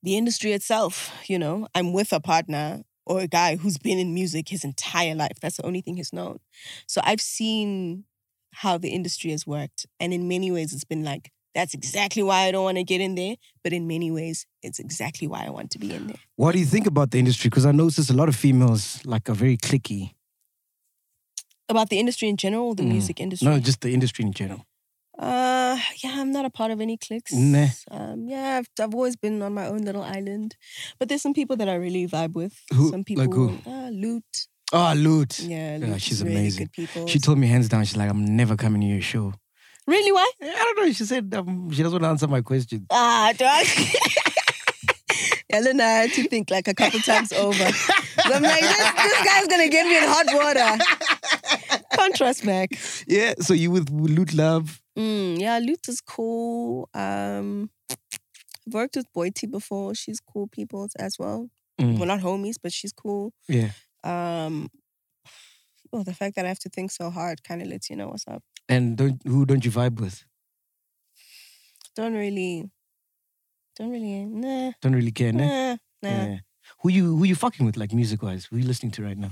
the industry itself. You know, I'm with a partner or a guy who's been in music his entire life. That's the only thing he's known. So I've seen how the industry has worked. And in many ways, it's been like, that's exactly why I don't want to get in there. But in many ways, it's exactly why I want to be in there.
What do you think about the industry? Because I notice a lot of females like are very clicky.
About the industry in general, the
Mm.
music industry.
No, just the industry in general.
Uh, yeah, I'm not a part of any cliques.
Nah.
Um, yeah, I've, I've always been on my own little island. But there's some people that I really vibe with.
Who-
Some
like
people,
who?
Uh, Loot.
Oh, Lute.
Yeah,
Yeah,
Loot
she's
is really
amazing.
Good people.
She told me hands down, she's like, I'm never coming to your show.
really why?
I don't know. She said um, she doesn't want to answer my question.
Ah, dog. Ellen, I had to think like a couple times over. 'Cause I'm like, this, this guy's gonna get me in hot water. Can't trust Mac.
Yeah, so you with Lute Love.
Mm, yeah, Lute is cool. Um, I've worked with Boiti before. She's cool people as well.
Mm.
We're not homies, but she's cool.
Yeah.
Um, well, the fact that I have to think so hard kind of lets you know what's up.
And don't who don't you vibe with?
Don't really, don't really, nah,
Don't really care, nah?
nah, Eh, nah.
Yeah. Who you who you fucking with, like music wise? Who you listening to right now?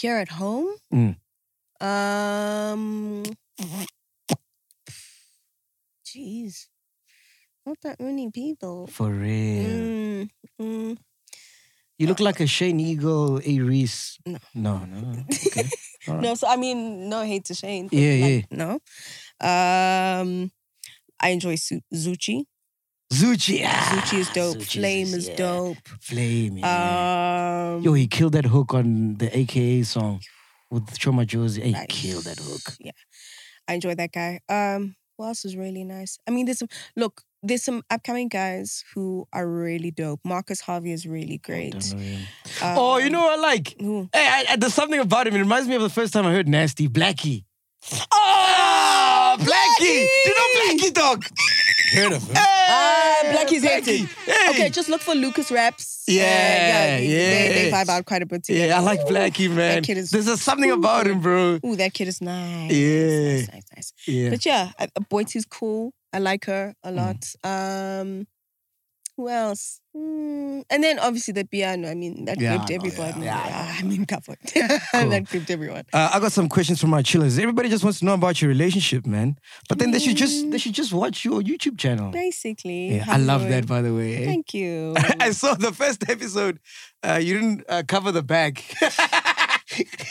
here at home.
Mm.
Um, jeez, not that many people.
For real.
Mm, mm.
You look like a Shane Eagle, A Reese.
No.
No, no. Okay. All right.
No, so I mean, no hate to Shane. but,
Yeah,
like, No, um, I enjoy Su- Zuchi.
Zuchi. Ah,
Zuchi is dope.
Zuchi's
Flame is
yeah.
dope.
Flame. Yeah.
Um,
Yo, he killed that hook on the AKA song with Choma Josie. He
Nice.
killed that hook.
Yeah, I enjoy that guy. Um, who else is really nice? I mean, there's some look. There's some upcoming guys who are really dope. Marcus Harvey is really great.
Don't know him. oh, you
Um,
know what I like?
who?
Hey, I, I- there's something about him. It reminds me of the first time I heard Nasty Blackie. Ah,
Oh,
Blackie! Do you know Blackie, dog?
Heard of him?
Ah,
Hey,
Blackie's
Blackie.
hectic.
Hey.
Okay, just look for Lucas raps. Uh,
Yeah,
They, they
yeah.
vibe out quite a bit.
Yeah, I
together.
like Blackie, man.
kid is
There's just something about him, bro.
Ooh, that kid is nice.
Yeah.
Nice, nice, nice.
Yeah. Mm.
But yeah, I- uh, Boiti's cool. I like her a lot. Um, who else? Mm, And then obviously the piano. I mean, that
Yeah,
gripped
I know,
everybody.
yeah, yeah,
I mean, covered. that gripped everyone.
Uh, I got some questions from our chillers. Everybody just wants to know about your relationship, man. But then they should just they should just watch your YouTube channel.
Basically,
Yeah,
how
I
we
love
doing?
that, by the way.
Thank you.
I saw the first episode. Uh, you didn't uh, cover the bag.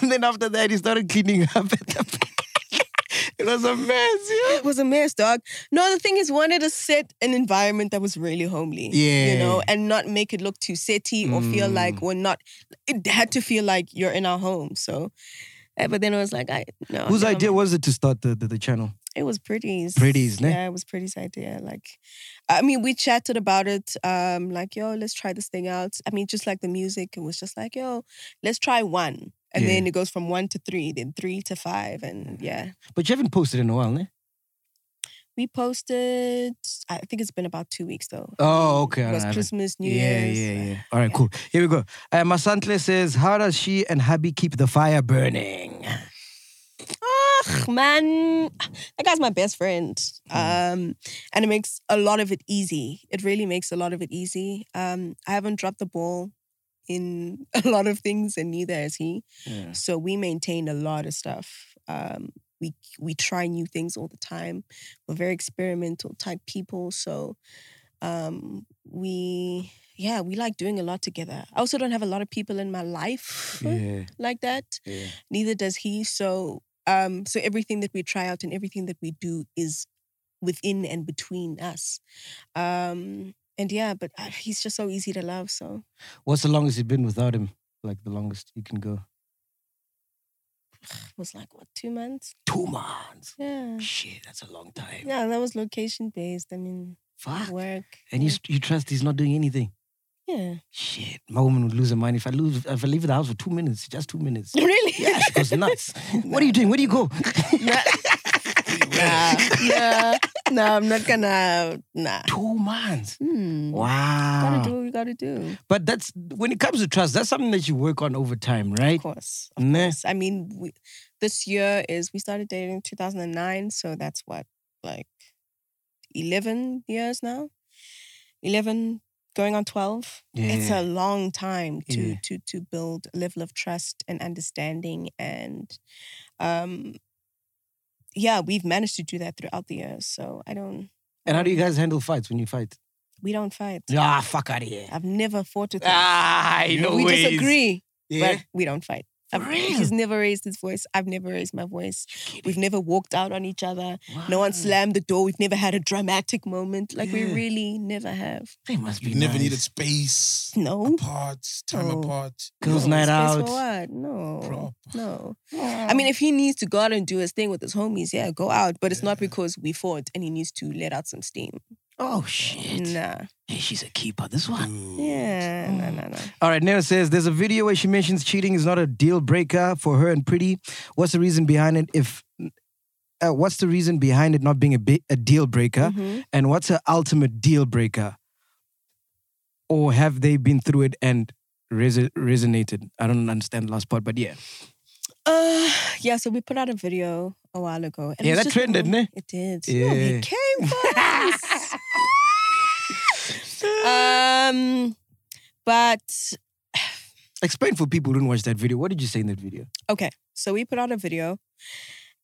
and then after that, he started cleaning up at the back. it was a mess. Yeah.
It was a mess, dog. No, the thing is, wanted to set an environment that was really homely.
Yeah. Mm.
You know, and not make it look too city or feel like we're not, it had to feel like you're in our home. So, eh, but then I was like, I, no.
Whose
never
idea was eh? it to start the, the, the channel?
It was Pretty's.
Pretty's, ne?
Yeah, it was Pretty's idea. Like, I mean, we chatted about it. Um, like, yo, let's try this thing out. I mean, just like the music, it was just like, yo, let's try one. And
Yeah.
then it goes from one to three, then three to five. And yeah,
But you haven't posted in a while, ne?
we posted, I think it's been about two weeks though.
Oh, okay.
It
all
was
right.
Christmas, New
yeah,
Year's.
yeah, yeah. All right, cool. Here we go. Uh, Masantle says, How does she and hubby keep the fire burning?
Ugh, man, that guy's my best friend.
Mm.
Um, and it makes a lot of it easy. It really makes a lot of it easy. Um, I haven't dropped the ball in a lot of things, and neither has he.
Yeah.
So we maintain a lot of stuff. Um, we we try new things all the time. We're very experimental type people, so um, we yeah we like doing a lot together. I also don't have a lot of people in my life
Yeah.
like that
yeah.
neither does he so um so everything that we try out and everything that we do is within and between us um and yeah but uh, he's just so easy to love so
What's the longest you've been without him? Like the longest you can go?
was like what two months?
Two months.
Yeah.
Shit, that's a long time.
Yeah, that was location based. I mean,
Fuck.
work.
And you you trust he's not doing anything.
Yeah.
Shit, my woman would lose her mind if I lose if I leave the house for two minutes, just two minutes.
Really?
Yeah, she goes nuts. what are you doing? Where do you go?
nah, nah, nah, I'm not gonna. Nah.
two months.
Hmm. Gotta
Wow.
do what we gotta do.
But that's when it comes to trust, that's something that you work on over time, right?
Of course. Of
Nah.
course. I mean, we, this year is we started dating in 2009, so that's what like 11 years now. 11 going on 12. It's
Yeah.
a long time to
Yeah.
to to build a level of trust and understanding and um yeah, we've managed to do that throughout the years. So I don't
And how do you guys handle fights when you fight?
we don't fight.
Ah, fuck out of here.
I've never fought with him.
Ah, no
we
ways.
disagree,
Yeah.
but we don't fight. I've-
real?
He's never raised his voice. I've never raised my voice. We've never walked out on each other. No one slammed the door. We've never had a dramatic moment. Like we
Yeah.
really never have.
They must be
You never
nice.
needed space,
No.
apart, time
Oh.
apart.
girls'
No,
night
space
out.
For what? No.
Prop.
No. I mean, if he needs to go out and do his thing with his homies, yeah, go out. But it's not because we fought and he needs to let out some steam.
Oh shit.
Nah.
Hey, she's a keeper. This one.
Mm.
Yeah. No, no, no.
All right, Nero says there's a video where she mentions cheating is not a deal breaker for her and Pretty. What's the reason behind it? If uh, what's the reason behind it not being a, bi- a deal breaker, and what's her ultimate deal breaker? Or have they been through it and res- resonated? I don't understand the last part, but yeah,
Uh, yeah. So we put out a video a while ago. and it
Yeah,
was
that
just
trended,
all-
ne?
It did. Yeah, it came for us. um, but
explain for people who didn't watch that video. What did you say in that video?
okay. So we put out a video.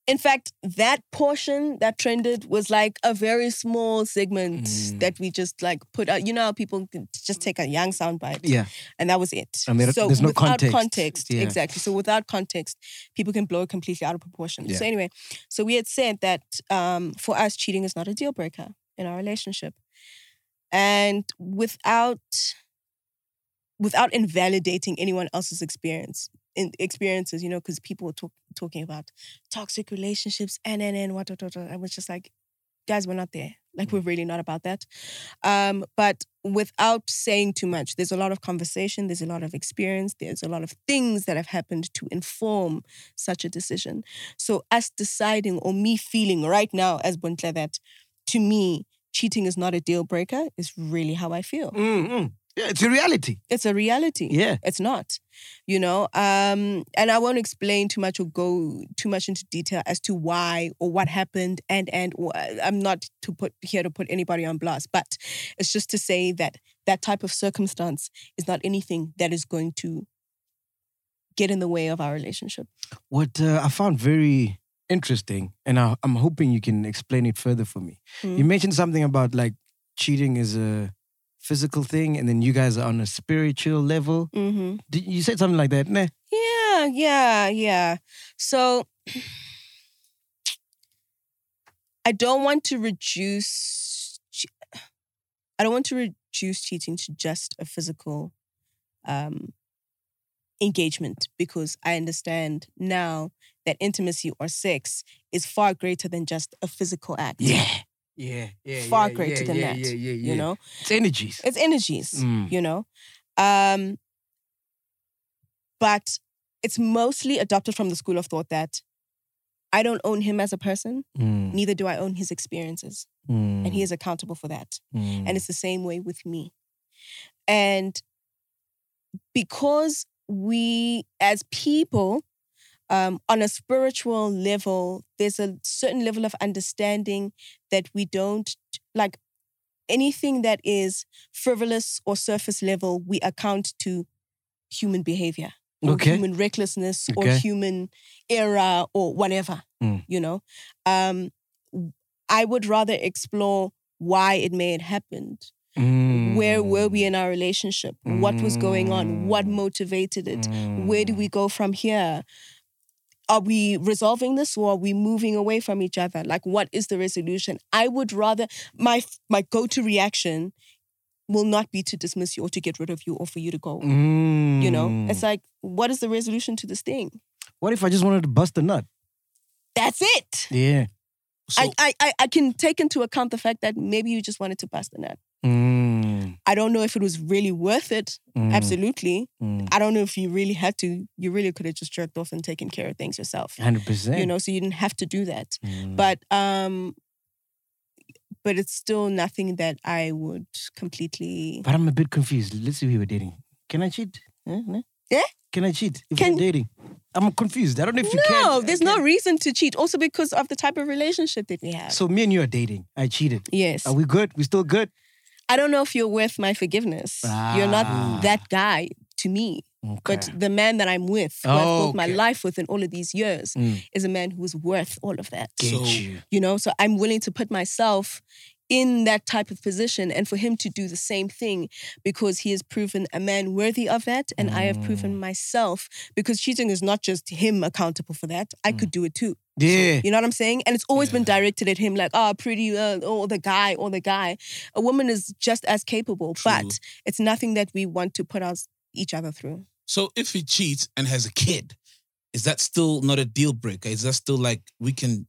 In fact, that portion that trended was like a very small segment that we just like put out. You know how people can just take a young soundbite.
Yeah,
and that was it.
And there-
so
there's no
without
context. Yeah.
exactly. So without context, people can blow it completely out of proportion.
Yeah.
So anyway, so we had said that um, for us, cheating is not a deal breaker in our relationship, and without without invalidating anyone else's experience. In experiences, you know, because people were talk, talking about toxic relationships and and and what what what. what. I was just like, guys, we're not there. Like, we're really not about that. Um, but without saying too much, there's a lot of conversation, there's a lot of experience, there's a lot of things that have happened to inform such a decision. So, us deciding or me feeling right now as Buntla that to me, cheating is not a deal breaker is really how I feel.
Mm-mm. Mm-hmm. yeah, it's a reality.
It's a reality.
Yeah.
It's not, you know. Um, and I won't explain too much or go too much into detail as to why or what happened. And and or, uh, I'm not to put here to put anybody on blast, but it's just to say that that type of circumstance is not anything that is going to get in the way of our relationship.
what uh, I found very interesting, and I, I'm hoping you can explain it further for me.
Hmm.
You mentioned something about like cheating is a physical thing, and then you guys are on a spiritual level.
Mm-hmm.
Did you said something like that? Nah.
Yeah, yeah, yeah. So I don't want to reduce che- I don't want to reduce cheating to just a physical um engagement because I understand now that intimacy or sex is far greater than just a physical act.
Yeah. Yeah.
Far greater than that. You know?
It's energies.
It's energies
Mm.
you know um but it's mostly adopted from the school of thought that i don't own him as a person
Mm.
neither do i own his experiences
Mm.
and he is accountable for that
Mm.
and it's the same way with me and because we as people um, on a spiritual level there's a certain level of understanding that we don't like anything that is frivolous or surface level we account to human behavior or
Okay.
human recklessness or
Okay.
human error or whatever
Mm.
you know um, i would rather explore why it may have happened
Mm. Mm.
where were we in our relationship? What was going on? What motivated it? Where do we go from here? Are we resolving this or are we moving away from each other? Like, what is the resolution? I would rather my my go to reaction will not be to dismiss you or to get rid of you or for you to go.
Mm.
You know, it's like, what is the resolution to this thing?
What if I just wanted to bust a nut?
That's it.
Yeah.
I, I, I, I can take into account the fact that maybe you just wanted to bust the nut.
Mm,
I don't know if it was really worth it.
mm,
Absolutely.
mm.
I don't know if you really had to. You really could have just jerked off and taken care of things yourself.
100%.
You know, so you didn't have to do that.
Mm.
But um but it's still nothing that I would completely
But I'm a bit confused. Let's see who we're dating. Can I cheat? Eh, no?
Yeah?
Can I cheat if
Can-
we're dating? I'm confused. I don't know if you can.
No, there's
I
no
can.
reason to cheat. Also because of the type of relationship that we have.
So me and you are dating. I cheated.
yes.
Are we good? We still good?
I don't know if you're worth my forgiveness. You're
Ah.
not that guy to me.
Okay.
But the man that I'm with, who I've built my
Okay.
life with in all of these years,
Mm.
is a man who is worth all of that.
Get
So-
you.
you know so i'm willing to put myself in that type of position and for him to do the same thing because he has proven a man worthy of that and i have proven
Hmm.
myself because cheating is not just him accountable for that
Hmm.
i could do it too
Yeah.
you know what i'm saying and it's always been directed at him like oh pretty uh, or the guy or the guy a woman is just as capable
True.
but it's nothing that we want to put us each other through
So if he cheats and has a kid, is that still not a deal breaker? Is that still like we can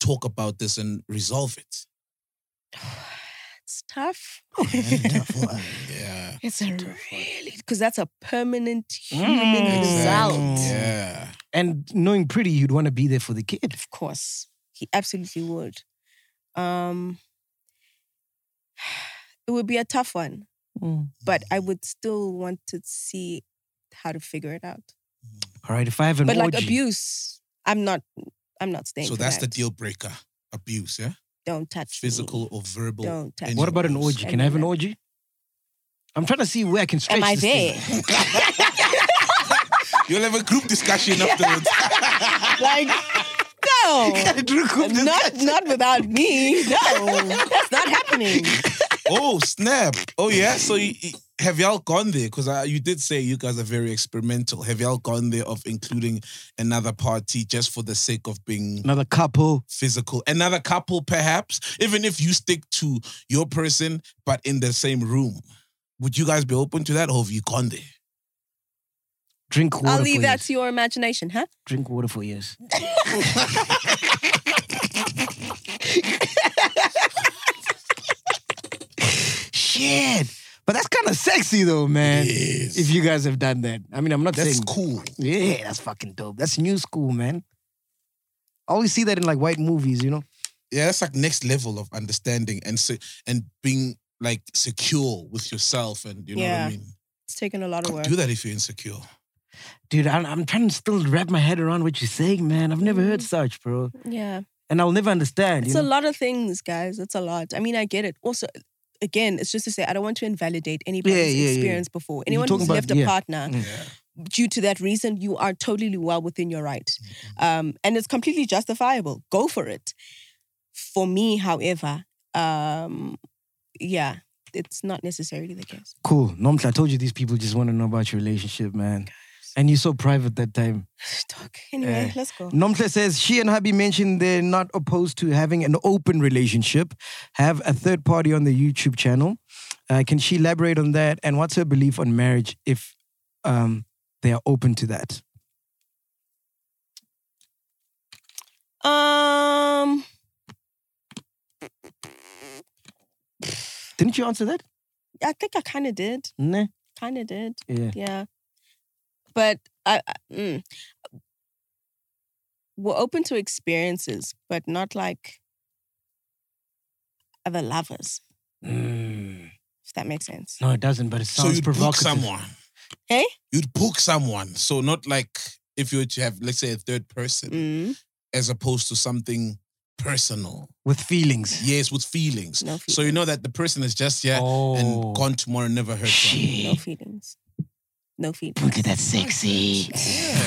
talk about this and resolve it?
it's tough
Oh, yeah.
it's a really because that's a permanent human
Mm.
result
Exactly.
Yeah.
And knowing pretty, you'd want to be there for the kid.
Of course, he absolutely would. Um, it would be a tough one, but I would still want to see how to figure it out.
All right, if I have an
but like
orgy-
abuse, I'm not. I'm not staying.
So
for
that's the
that.
deal breaker. Abuse, yeah?
Don't touch me.
Physical or verbal.
Don't touch
injuries.
me.
What about an orgy? Can I have an orgy? I'm trying to see where I can stretch
Am I
this thing.
there?
You'll have a group discussion afterwards.
like no, not not without me. No, that's not happening.
oh, snap. Oh, yeah. So you, you- have y'all gone there? Because you did say you guys are very experimental. Have y'all gone there of including another party just for the sake of being
Another oh, couple.
physical. Another couple, perhaps, even if you stick to your person, but in the same room. Would you guys be open to that, or have you gone there?
Drink water.
I'll
for
leave that
years.
to your imagination, huh?
Drink water for years. Shit. But that's kind of sexy though, man.
Yes.
If you guys have done that. I mean, I'm not
That's
saying
cool.
Yeah, that's fucking dope. That's new school, man. I always see that in like white movies, you know?
Yeah, that's like next level of understanding and se- and being like secure with yourself, and you know
Yeah.
what I mean.
It's taken a lot of
Can't
work.
do that if you're insecure.
Dude, I'm, I'm trying to still wrap my head around what you're saying, man. I've never heard such, bro.
Yeah.
And I'll never understand.
Mm. It's
you
a
know?
lot of things, guys. It's a lot. I mean, I get it. Also, again, it's just to say I don't want to invalidate anybody's
Yeah, yeah, yeah.
experience before. Anyone
talking
who's
about-
left a
yeah. Mm.
partner due to that reason, you are totally well within your right. Um, and it's completely justifiable. Go for it. For me, however, um, yeah, it's not necessarily the case.
Cool. Nomtla, I told you these people just want to know about your relationship, man. And you're so private that time.
Talk. Anyway,
Eh.
let's go.
Nomtla says she and hubby mentioned they're not opposed to having an open relationship, have a third party on the YouTube channel. Uh, can she elaborate on that? And what's her belief on marriage if um, they are open to that?
Um,
Didn't you answer that?
I think I kind of did.
Nah.
Kind of did.
Yeah.
Yeah. But I, I mm, we're open to experiences, but not like other lovers,
Mm.
if that makes sense.
No, it doesn't, but it
So
sounds
you'd book
provocative.
someone.
Eh?
You'd book someone. So not like if you were to have, let's say, a third person,
Mm,
as opposed to something personal.
With feelings.
Yes, with feelings.
no
So
feelings.
you know that the person is just yeah
Oh.
and gone tomorrow, and never heard from. you.
no feelings. No feelings.
Look at that sexy.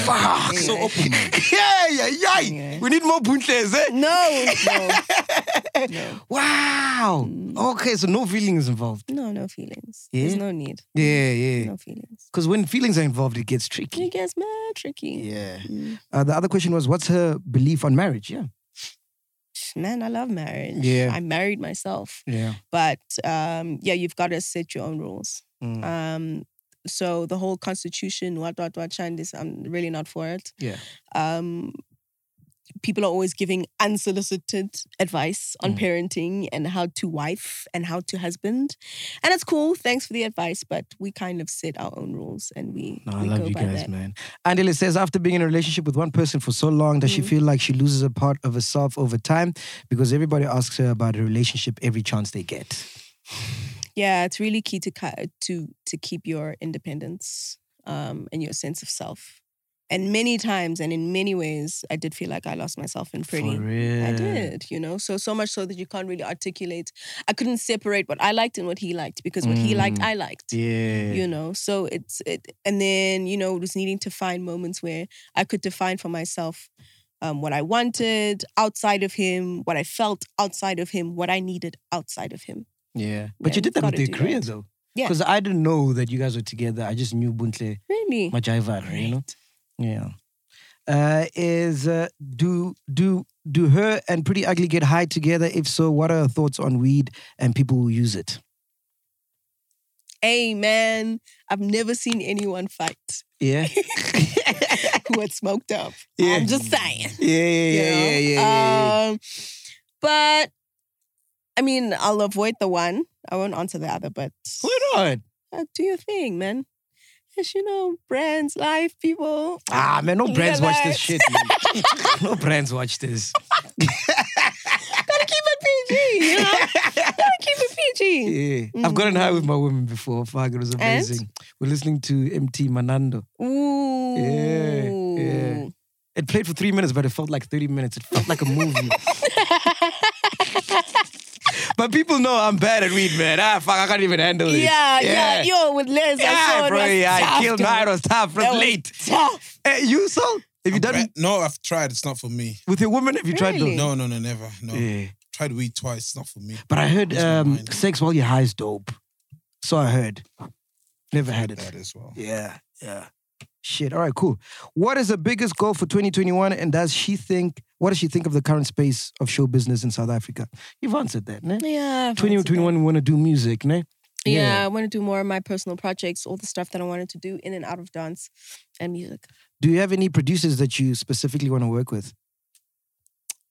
Fuck. So
Anyway.
open minded.
Yeah, yeah, yeah.
Yeah.
We need more puntles, eh?
No, no, no,
Wow.
Mm.
Okay, so no feelings involved.
no, no feelings.
Yeah?
There's no need.
Yeah, yeah.
No feelings.
Because when feelings are involved, it gets
It
tricky.
gets mad tricky.
Yeah.
Mm.
Uh, the other question was, what's her belief on marriage? Yeah.
Man, I love marriage.
Yeah.
I married myself.
Yeah. Mm.
But um, yeah, you've got to set your own rules. Um, So the whole constitution, what, what, what, Chinese, I'm really not for it.
Yeah.
Um, people are always giving unsolicited advice on
Mm.
parenting and how to wife and how to husband. And it's cool. Thanks for the advice, but we kind of set our own rules and we,
No, I
we
love
go
you
by
guys,
that.
man. Andela says after being in a relationship with one person for so long,
Mm.
does she feel like she loses a part of herself over time? Because everybody asks her about her relationship every chance they get.
Yeah, it's really key to ki- to to keep your independence um, and your sense of self. And many times and in many ways, I did feel like I lost myself in pretty.
For real.
I did, you know, so so much so that you can't really articulate. I couldn't separate what I liked and what he liked because what he liked,
Mm.
I liked.
Yeah.
You know, so it's it, and then you know, it was needing to find moments where I could define for myself um, what I wanted outside of him, what I felt outside of him, what I needed outside of him.
yeah. But you did
Yeah, you've
that with
gotta
your
do
career
that.
though.
Yeah.
Because I didn't know that you guys were together. I just knew Buntle
Really,
Majaivar, you know? Yeah. Uh, is uh, do do do her and Pretty Ugly get high together? If so, what are her thoughts on weed and people who use it?
hey man, I've never seen anyone fight
Yeah,
who had smoked up.
Yeah.
I'm just saying.
yeah, yeah,
you
yeah, Uh,
know?
yeah, yeah, yeah, yeah.
Um, but I mean, I'll avoid the one. I won't answer the other, but
Why not?
uh, do your thing, man. As you know, brands, life, people.
Ah, man, no
Look
brands
at
watch this
that.
shit, man. no brands watch this.
Gotta keep it PG, you know? Gotta keep it PG.
Yeah. I've gotten high with my women before. Fuck, it was amazing. We're listening to MT Manando.
Ooh.
yeah. It played for three minutes, but it felt like 30 minutes. It felt like a movie. but people know I'm bad at weed, man. Ah, fuck, I can't even handle it.
Yeah, yeah, Yo, with Les, I saw
Yeah,
it
bro,
was
yeah, I
tough,
killed mine. It
dude.
was tough. It
That
was
was
late.
tough.
Eh, you, Sol? Have you done
Bra- no, I've tried. It's not for me.
with your woman? Have you tried those?
Really?
No, no, no, never. No.
Yeah.
Tried weed twice. It's not for me.
But I heard
It's not
um,
mine.
sex while you're high is dope. So I heard. Never had it.
That as well.
Yeah, yeah. Shit. All right, cool. What is the biggest goal for 2021? And does she think, what does she think of the current space of show business in South Africa? You've answered that, ne?
Yeah.
2021, we want to do music, ne?
Yeah. I want to do more of my personal projects, all the stuff that I wanted to do in and out of dance and music.
Do you have any producers that you specifically want to work with?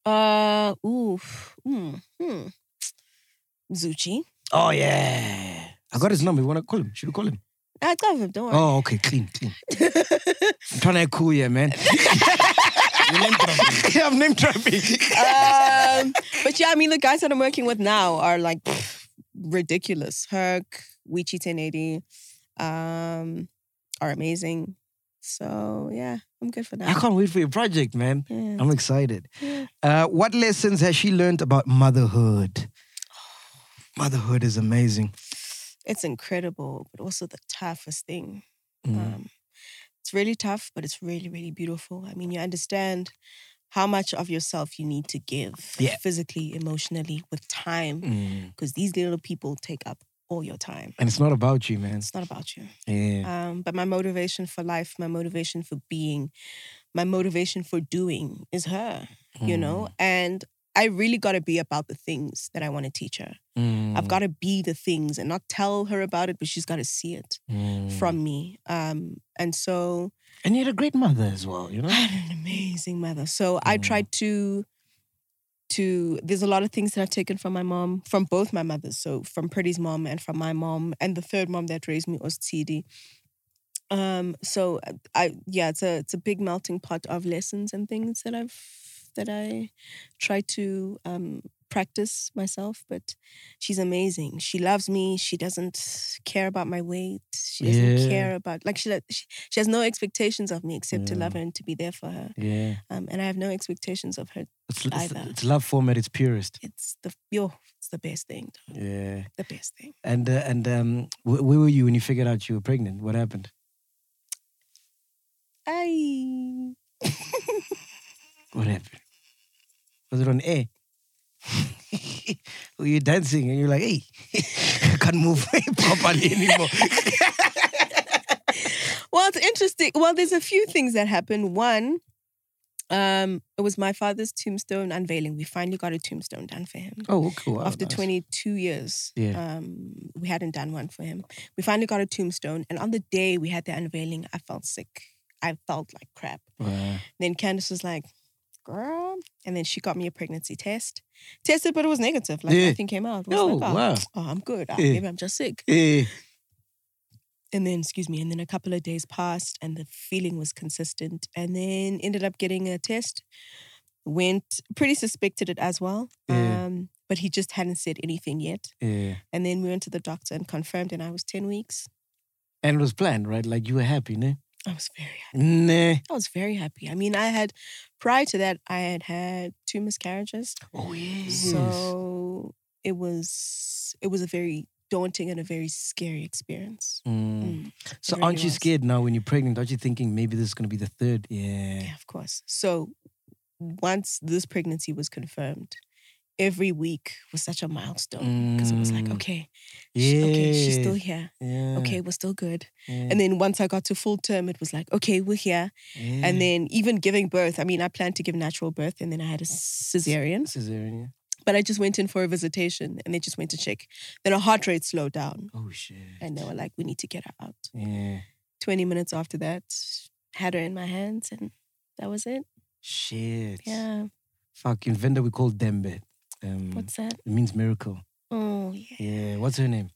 Uh, ooh, hmm, hmm. Zuchi.
Oh, yeah. I got his number. You want to call him? Should we call him?
I love him, don't worry.
Oh, okay. Clean, clean. I'm trying to act cool here, man. I'm name dropping.
um, but yeah, I mean, the guys that I'm working with now are like pff, ridiculous. Herc, Weechi 1080 um, are amazing. So yeah, I'm good for
I
that.
can't wait for your project, man.
Yeah.
I'm excited.
Yeah.
Uh, what lessons has she learned about motherhood? Motherhood is amazing.
It's incredible, but also the toughest thing.
Mm-hmm.
Um, it's really tough, but it's really, really beautiful. I mean, you understand how much of yourself you need to give
Yeah.
physically, emotionally, with time,
Mm.
because these little people take up all your time.
And it's not about you, man.
It's not about you.
Yeah.
Um, but my motivation for life, my motivation for being, my motivation for doing is her, you
Mm.
know? And I really got to be about the things that I want to teach her.
Mm.
I've got to be the things and not tell her about it, but she's got to see it from me. Um, and so
And you're a great mother as well, you know?
I had an amazing mother. So I tried to to there's a lot of things that I've taken from my mom, from both my mothers. So from Pretty's mom and from my mom and the third mom that raised me was TD. Um, so I yeah, it's a it's a big melting pot of lessons and things that I've that I try to um practice myself, but she's amazing. She loves me. She doesn't care about my weight. She doesn't
Yeah.
care about like she, she she has no expectations of me except to
Mm.
love her and to be there for her.
Yeah.
Um, and I have no expectations of her.
It's, it's,
Either.
it's love form at its purest.
It's the yo, it's the best thing, dog.
Yeah.
the best thing.
And uh, and um, wh- where were you when you figured out you were pregnant? What happened?
I
What happened? Was it on air? Were you dancing and you're like, hey, I can't move properly anymore?
well, it's interesting. Well, there's a few things that happen. One, Um, it was my father's tombstone unveiling. We finally got a tombstone done for him.
Oh, okay. Wow,
After
nice.
22 years,
Yeah.
um, we hadn't done one for him. We finally got a tombstone, and on the day we had the unveiling, I felt sick. I felt like crap.
Wow.
Then Candace was like, "Girl," and then she got me a pregnancy test. Tested, but it was negative. Like
Yeah.
nothing came out. It was
Oh,
like, oh,
wow.
oh, I'm good. Ah,
Yeah.
Maybe I'm just sick.
Yeah.
And then, excuse me, and then a couple of days passed and the feeling was consistent. And then ended up getting a test. Went pretty suspected it as well.
Yeah.
Um, but he just hadn't said anything yet.
Yeah.
And then we went to the doctor and confirmed, and I was 10 weeks.
And it was planned, right? Like you were happy, ne?
I was very happy.
Nah.
I was very happy. I mean, I had, prior to that, I had had two miscarriages.
Oh yes.
So it was it was a very daunting and a very scary experience.
Mm.
Mm,
So
really
aren't you
was.
scared now when you're pregnant? Aren't you thinking maybe this is gonna be the third? Yeah.
Yeah, of course. So once this pregnancy was confirmed, every week was such a milestone because it was like,
Mm.
okay, she- okay, she's still
Yes.
here.
Yeah.
Okay, we're still good.
Yeah.
And then once I got to full term, it was like, okay, we're here.
Yeah.
And then even giving birth, I mean, I planned to give natural birth and then I had a cesarean,
cesarean. yeah.
but I just went in for a visitation and they just went to check. Then her heart rate slowed down
Oh shit.
and they were like, we need to get her out.
Yeah.
20 minutes after that, had her in my hands and that was it.
Shit.
Yeah.
Fuck in Venda we call Dembe. Um,
What's that?
it means miracle.
Oh, yeah.
Yeah. What's her name?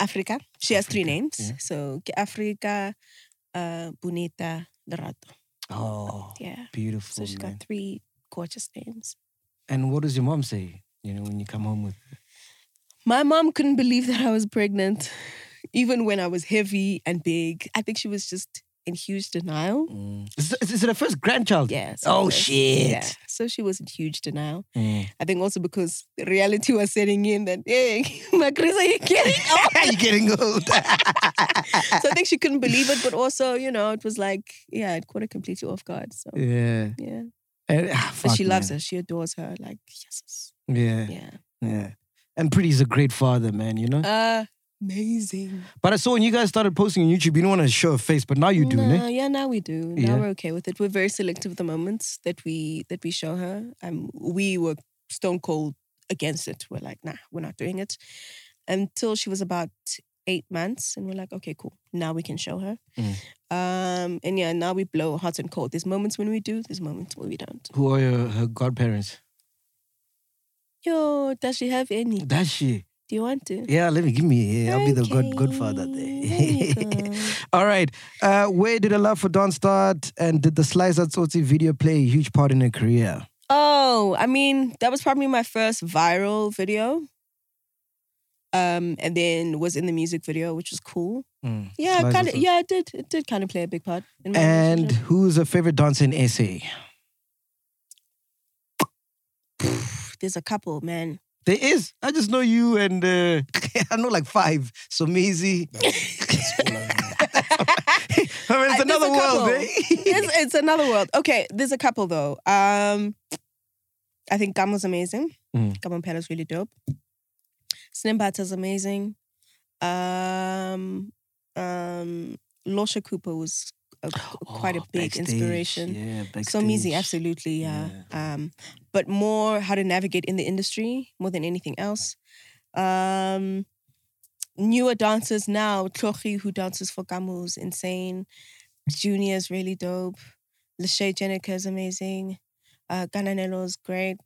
Africa. She has three
Africa,
names.
yeah.
So Ke Africa, uh, Bonita, Lerato.
Oh.
Yeah. So
Beautiful.
she's
man.
got three gorgeous names.
And what does your mom say? You know, when you come home with
My mom couldn't believe that I was pregnant, even when I was heavy and big. I think she was just in huge denial.
Mm. Is, is, is it her first grandchild?
Yeah. so
Oh
that's-
shit.
Yeah. So she was in huge denial.
Mm.
I think also because reality was setting in that, hey, Macrisa, you're getting out.
You're getting old.
so I think she couldn't believe it, but also, you know, it was like, yeah, it caught her completely off guard. So
yeah.
yeah.
And, ah,
But
fuck,
she loves
man.
her. She adores her. Like, yes.
Yeah.
Yeah. Uh,
Yeah. And Pretty's a great father, man, you know?
Amazing.
but I saw when you guys started posting on YouTube, you didn't want to show a face, but now you do,
no,
ne?
Yeah, now we do. Now
Yeah.
we're okay with it. We're very selective of the moments that we that we show her. Um we were stone cold against it. We're like, nah, we're not doing it. Until she was about eight months and we're like, okay, cool. Now we can show her.
Mm.
Um and yeah, now we blow hot and cold. There's moments when we do, there's moments where we don't.
Who are your, her godparents?
Yo, does she have any?
That's she.
Do you want to?
Yeah, let me give me. Yeah, I'll be the god
Okay,
godfather
there you
there.
go.
All right. Uh, where did a love for dance start? And did the Slice at Tsotsi video play a huge part in her career?
Oh, I mean, that was probably my first viral video. Um, and then was in the music video, which was cool.
Mm.
Yeah,
Slice
kind of.
Atsotsi.
Yeah, it did. It did kind of play a big part. In my
And
relationship.
who's her favorite dancer in SA?
there's a couple, man.
There is. I just know you and uh, I know like five. So Maisie. I mean, it's
I- there's
another
a
world,
couple.
eh?
It's, it's another world. Okay, there's a couple though. Um, I think Gam was amazing.
Mm.
Gam and Pala's really dope. Snimbata's amazing. Um, um, Losha Cooper was a, quite a
Oh,
big
backstage.
inspiration.
Yeah, backstage.
So easy, absolutely, yeah. Um, but more how to navigate in the industry more than anything else. Um, newer dancers now, Tlochi, who dances for Gamu, is insane. Junior is really dope. Lachey Jenica is amazing. Uh, Gananello is great.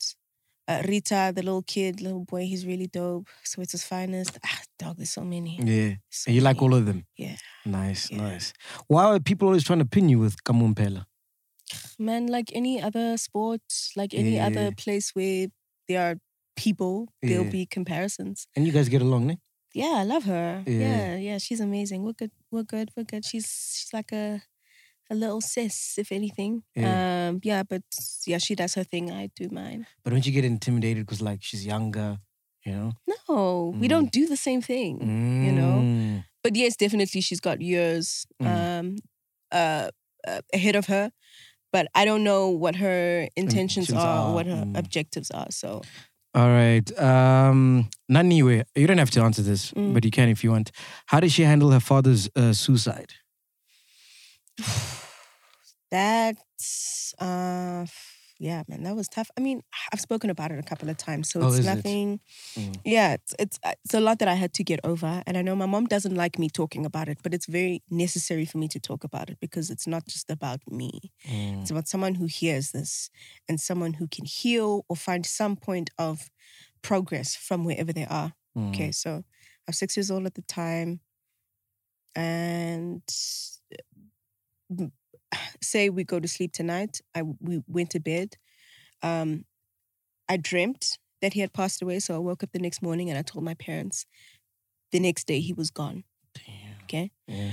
Uh, Rita, the little kid, little boy, he's really dope. So it's his finest. Ah, dog, there's so many.
Yeah.
So
And you like
many.
all of them?
Yeah.
Nice,
Yeah.
nice. Why are people always trying to pin you with Kamumpela?
man, like any other sport, like any
Yeah.
other place where there are people, there'll
Yeah.
be comparisons.
And you guys get along, ne?
Yeah, I love her.
Yeah.
Yeah. yeah, she's amazing. We're good. We're good. We're good. She's she's like a a little sis, if anything.
Yeah.
Um, yeah, but yeah, she does her thing. I do mine.
But don't you get intimidated because like she's younger, you know?
No, we
Mm.
don't do the same thing. You know?
Mm.
But yes, definitely, she's got years
Mm.
um, uh, uh, ahead of her. But I don't know what her intentions
Intentions
are,
are,
or what her
mm.
objectives are. So
All right. Um, Naniwe, you don't have to answer this,
Mm.
but you can if you want. How did she handle her father's uh, suicide?
That's uh f- yeah, man, that was tough. I mean, I've spoken about it a couple of times, so
Oh,
it's
is it? Mm.
nothing. Yeah, it's it's uh, it's a lot that I had to get over, and I know my mom doesn't like me talking about it, but it's very necessary for me to talk about it because it's not just about me.
Mm.
It's about someone who hears this and someone who can heal or find some point of progress from wherever they are.
mm,
Okay, so I was six years old at the time, and eh, m- say we go to sleep tonight. I w- we went to bed. Um, I dreamt that he had passed away, so I woke up the next morning and I told my parents. The next day he was gone. Okay.
Yeah.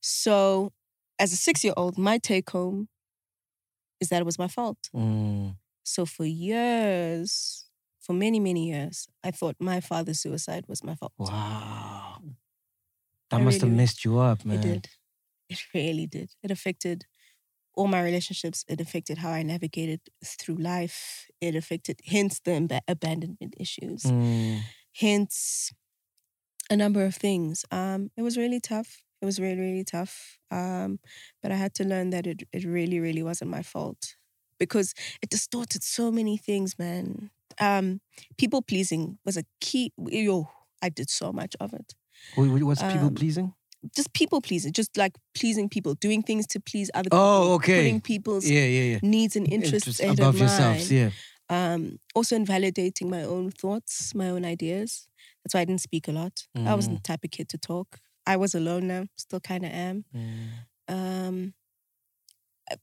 So, as a six-year-old, my take home is that it was my fault.
Mm.
So for years, for many, many years, I thought my father's suicide was my fault.
Wow.
I
That must
really-
have messed you up, man.
It did. It really did. It affected all my relationships. It affected how I navigated through life. It affected, hence the ab- abandonment issues.
Mm.
Hence a number of things. Um, it was really tough. It was really, really tough. Um, but I had to learn that it, it really, really wasn't my fault because it distorted so many things, man. Um, people pleasing was a key. Yo, I did so much of it
Wait, wait, what's people
Um,
pleasing?
just people pleasing, just like pleasing people, doing things to please other people,
Oh, okay.
putting people's
Yeah, yeah, yeah.
needs and interests
Interest
ahead
above
of
yourselves.
mine.
Yeah.
Um, also invalidating my own thoughts, my own ideas. That's why I didn't speak a lot. I wasn't
Mm.
the type of kid to talk. I was alone now, still kind of am. Um, I-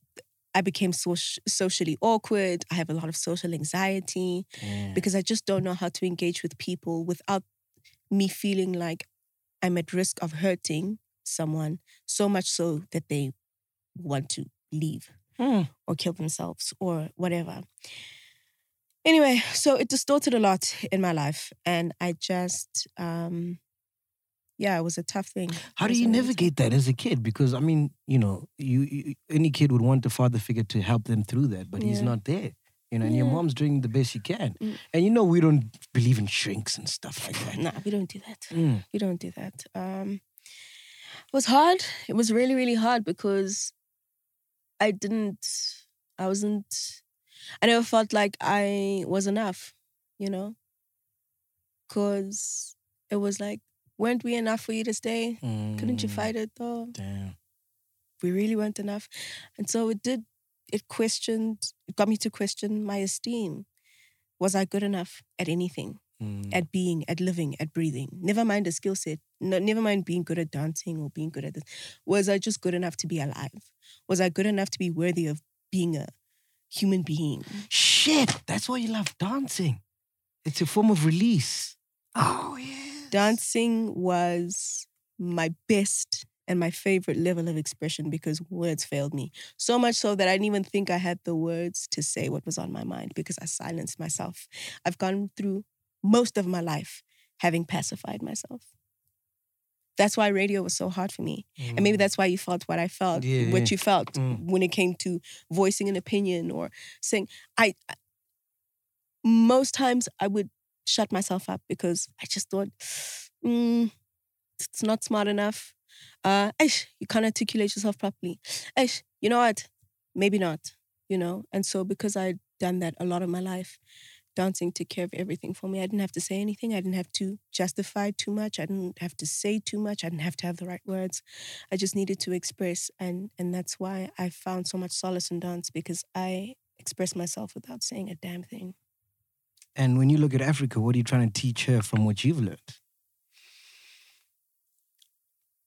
I became so- socially awkward. I have a lot of social anxiety because I just don't know how to engage with people without me feeling like I'm at risk of hurting someone so much so that they want to leave
Hmm.
or kill themselves or whatever. Anyway, so it distorted a lot in my life, and I just, um, yeah, it was a tough thing.
How
It
do
was
you
a really
navigate that as a kid? Because I mean, you know, you, you any kid would want the father figure to help them through that, but he's
Yeah.
not there. You know, and your
Yeah.
mom's doing the best she can.
Mm.
And you know, we don't believe in shrinks and stuff like
tough-
that.
Nah, we don't do that.
Mm.
We don't do that. Um, it was hard. It was really, really hard because I didn't, I wasn't, I never felt like I was enough, you know? Because it was like, weren't we enough for you to stay? Couldn't you
Mm.
fight it though?
Damn.
We really weren't enough. And so it did, it questioned, it got me to question my esteem. Was I good enough at anything?
Mm.
at being, at living, at breathing. Never mind the skill set. No, never mind being good at dancing or being good at this. Was I just good enough to be alive? Was I good enough to be worthy of being a human being?
Shit, that's why you love dancing. It's a form of release. Oh yeah.
Dancing was my best and my favorite level of expression because words failed me. So much so that I didn't even think I had the words to say what was on my mind because I silenced myself. I've gone through most of my life having pacified myself. That's why radio was so hard for me. And maybe that's why you felt what I felt,
Mm. Yeah,
what
yeah.
you felt
Mm.
when it came to voicing an opinion or saying, I, I- most times I would shut myself up because I just thought, mm, it's not smart enough. Uh, "Eish, you can't articulate yourself properly. Eish, you know what? Maybe not, you know? And so because I'd done that a lot of my life, dancing took care of everything for me. I didn't have to say anything. I didn't have to justify too much. I didn't have to say too much. I didn't have to have the right words. I just needed to express, and and that's why I found so much solace in dance because I expressed myself without saying a damn thing.
And when you look at Africa, what are you trying to teach her from what you've learned?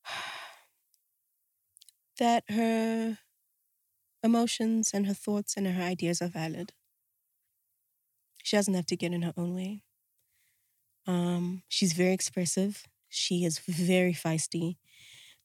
Mm-hmm. That her emotions and her thoughts and her ideas are valid. She doesn't have to get in her own way. Um, she's very expressive. She is very feisty.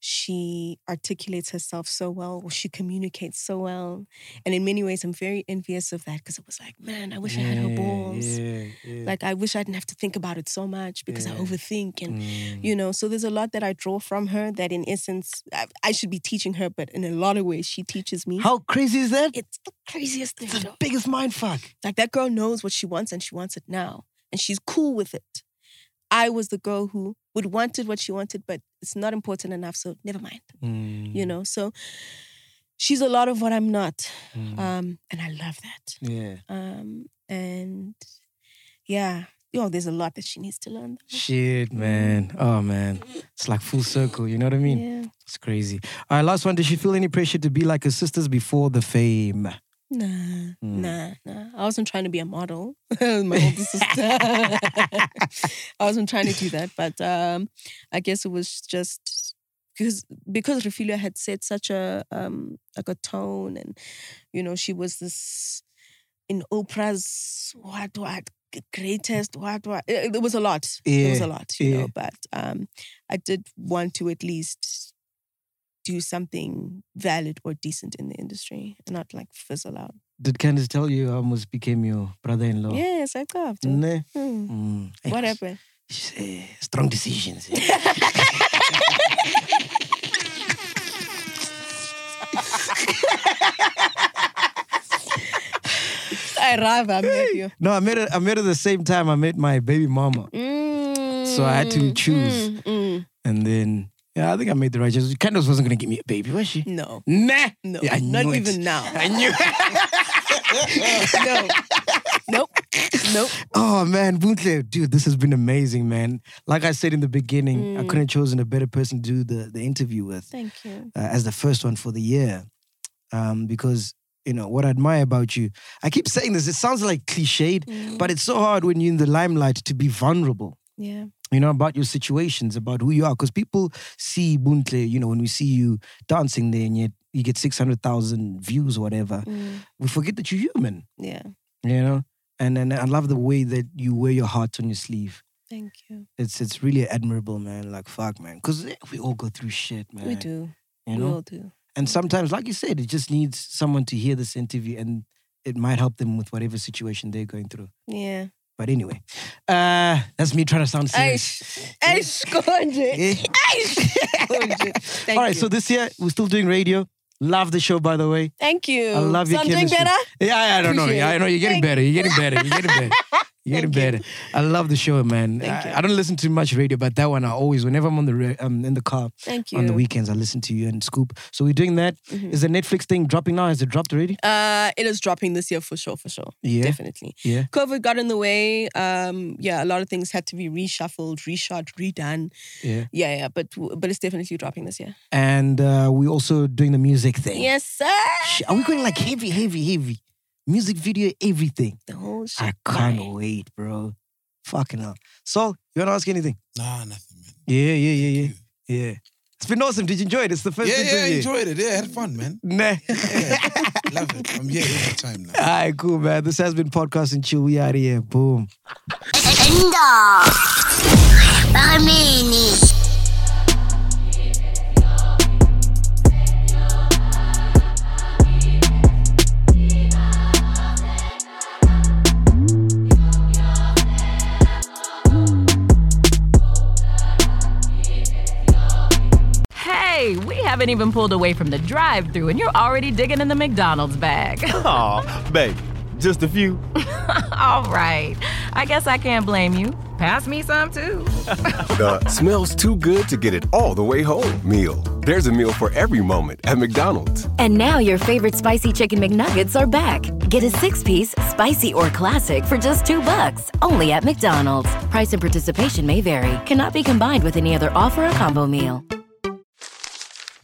She articulates herself so well. or She communicates so well. And in many ways, I'm very envious of that because it was like, man, I wish I had her balls.
Yeah, yeah.
Like I wish I didn't have to think about it so much because I
Yeah.
overthink and
Mm.
you know, so there's a lot that I draw from her that in essence I, I should be teaching her, but in a lot of ways she teaches me.
How crazy is that?
it's the craziest thing.
It's the
dog.
biggest mind fuck.
Like that girl knows what she wants and she wants it now. And she's cool with it. I was the girl who would Mm, wanted what she wanted, but it's not important enough, so never mind. You know, so she's a lot of what I'm not.
Mm.
Um, and I love that.
Yeah.
Um, and yeah, yo, there's a lot that she needs to learn.
Shit, man. Oh, man. It's like full circle. You know what I mean?
Yeah.
It's crazy. All right, last one. Did she feel any pressure to be like her sisters before the fame?
Nah,
Mm.
nah, nah. I wasn't trying to be a model. My older sister. I wasn't trying to do that, but um, I guess it was just because because Rafilia had set such a um like a tone, and you know she was this in Oprah's what what greatest what what. It, it was a lot. It was
Yeah,
a lot, you
yeah.
know. But um, I did want to at least do something valid or decent in the industry and not like fizzle out.
Did Candace tell you I almost became your brother in law?
Yes, I coughed.
Nah.
Mm.
Mm.
What happened?
Strong decisions.
I rather I'm with you.
No, I met her. I met her the same time I met my baby mama.
Mm,
So I had to choose, and then yeah, I think I made the right choice. Candace wasn't gonna give me a baby, was she?
No.
Nah.
No.
Yeah, I
not
knew it.
even now.
I knew.
no. Nope. Nope.
Oh man, Buntle, dude, this has been amazing, man. Like I said in the beginning, I
Mm.
couldn't have chosen a better person to do the, the interview with.
Thank you.
uh, as the first one for the year. Um, because, you know, what I admire about you, I keep saying this, it sounds like cliched,
Mm.
but it's so hard when you're in the limelight to be vulnerable,
Yeah.
you know, about your situations, about who you are. Because people see Buntle, you know, when we see you dancing there and yet you get 600,000 views, whatever, we forget that you're human,
mm, Yeah.
you know? And, and I love the way that you wear your heart on your sleeve.
Thank you.
It's it's really admirable, man. Like fuck, man, because we all go through shit, man.
We do.
You
We
know?
all do.
And sometimes, like you said, it just needs someone to hear this interview and it might help them with whatever situation they're going through.
Yeah.
But anyway, uh, that's me trying to sound serious.
Aish. Aish, Konje. Aish, Konje. Thank
All right,
you.
so this year we're still doing radio. Love the show, by the way.
Thank you.
I love your
so I'm doing
chemistry.
better?
Yeah, yeah, I don't know.
Appreciate
Yeah, I know you're getting
Thank
better. You're getting better. You're getting better. You're getting better. I love the show, man.
Thank
I,
you.
I don't listen to much radio, but that one I always, whenever I'm on the ra- um, in the car
Thank
on the
you.
weekends, I listen to you and Scoop. So we're doing that. Is
Mhm.
the Netflix thing dropping now? Has it dropped already?
Uh, it is dropping this year for sure, for sure.
Yeah.
Definitely.
Yeah.
COVID got in the way. Um, yeah, a lot of things had to be reshuffled, reshot, redone.
Yeah.
Yeah, yeah, but but it's definitely dropping this year.
and uh, we're also doing the music thing.
Yes, sir.
Sh- Are we going like heavy, heavy, heavy? Music video, everything.
The whole shit.
I can't wait, bro. Fucking hell. Sol, you want to ask anything?
Nah, nothing.
Yeah, yeah, yeah, yeah. Yeah. It's been awesome. Did you enjoy it? It's the first
yeah,
interview.
yeah, I enjoyed it. Yeah, I had fun, man.
Nah.
Love it. I'm here every time now.
All right, cool, man. This has been Podcast and Chill. We out of here. Boom.
End of Barmini.
Hey, we haven't even pulled away from the drive through and you're already digging in the McDonald's bag.
Aw, babe, just a few.
All right. I guess I can't blame you. Pass me some too.
The smells too good to get it all the way home meal. There's a meal for every moment at McDonald's.
And now your favorite spicy chicken McNuggets are back. Get a six-piece, spicy or classic for just two bucks, only at McDonald's. Price and participation may vary. Cannot be combined with any other offer or combo meal.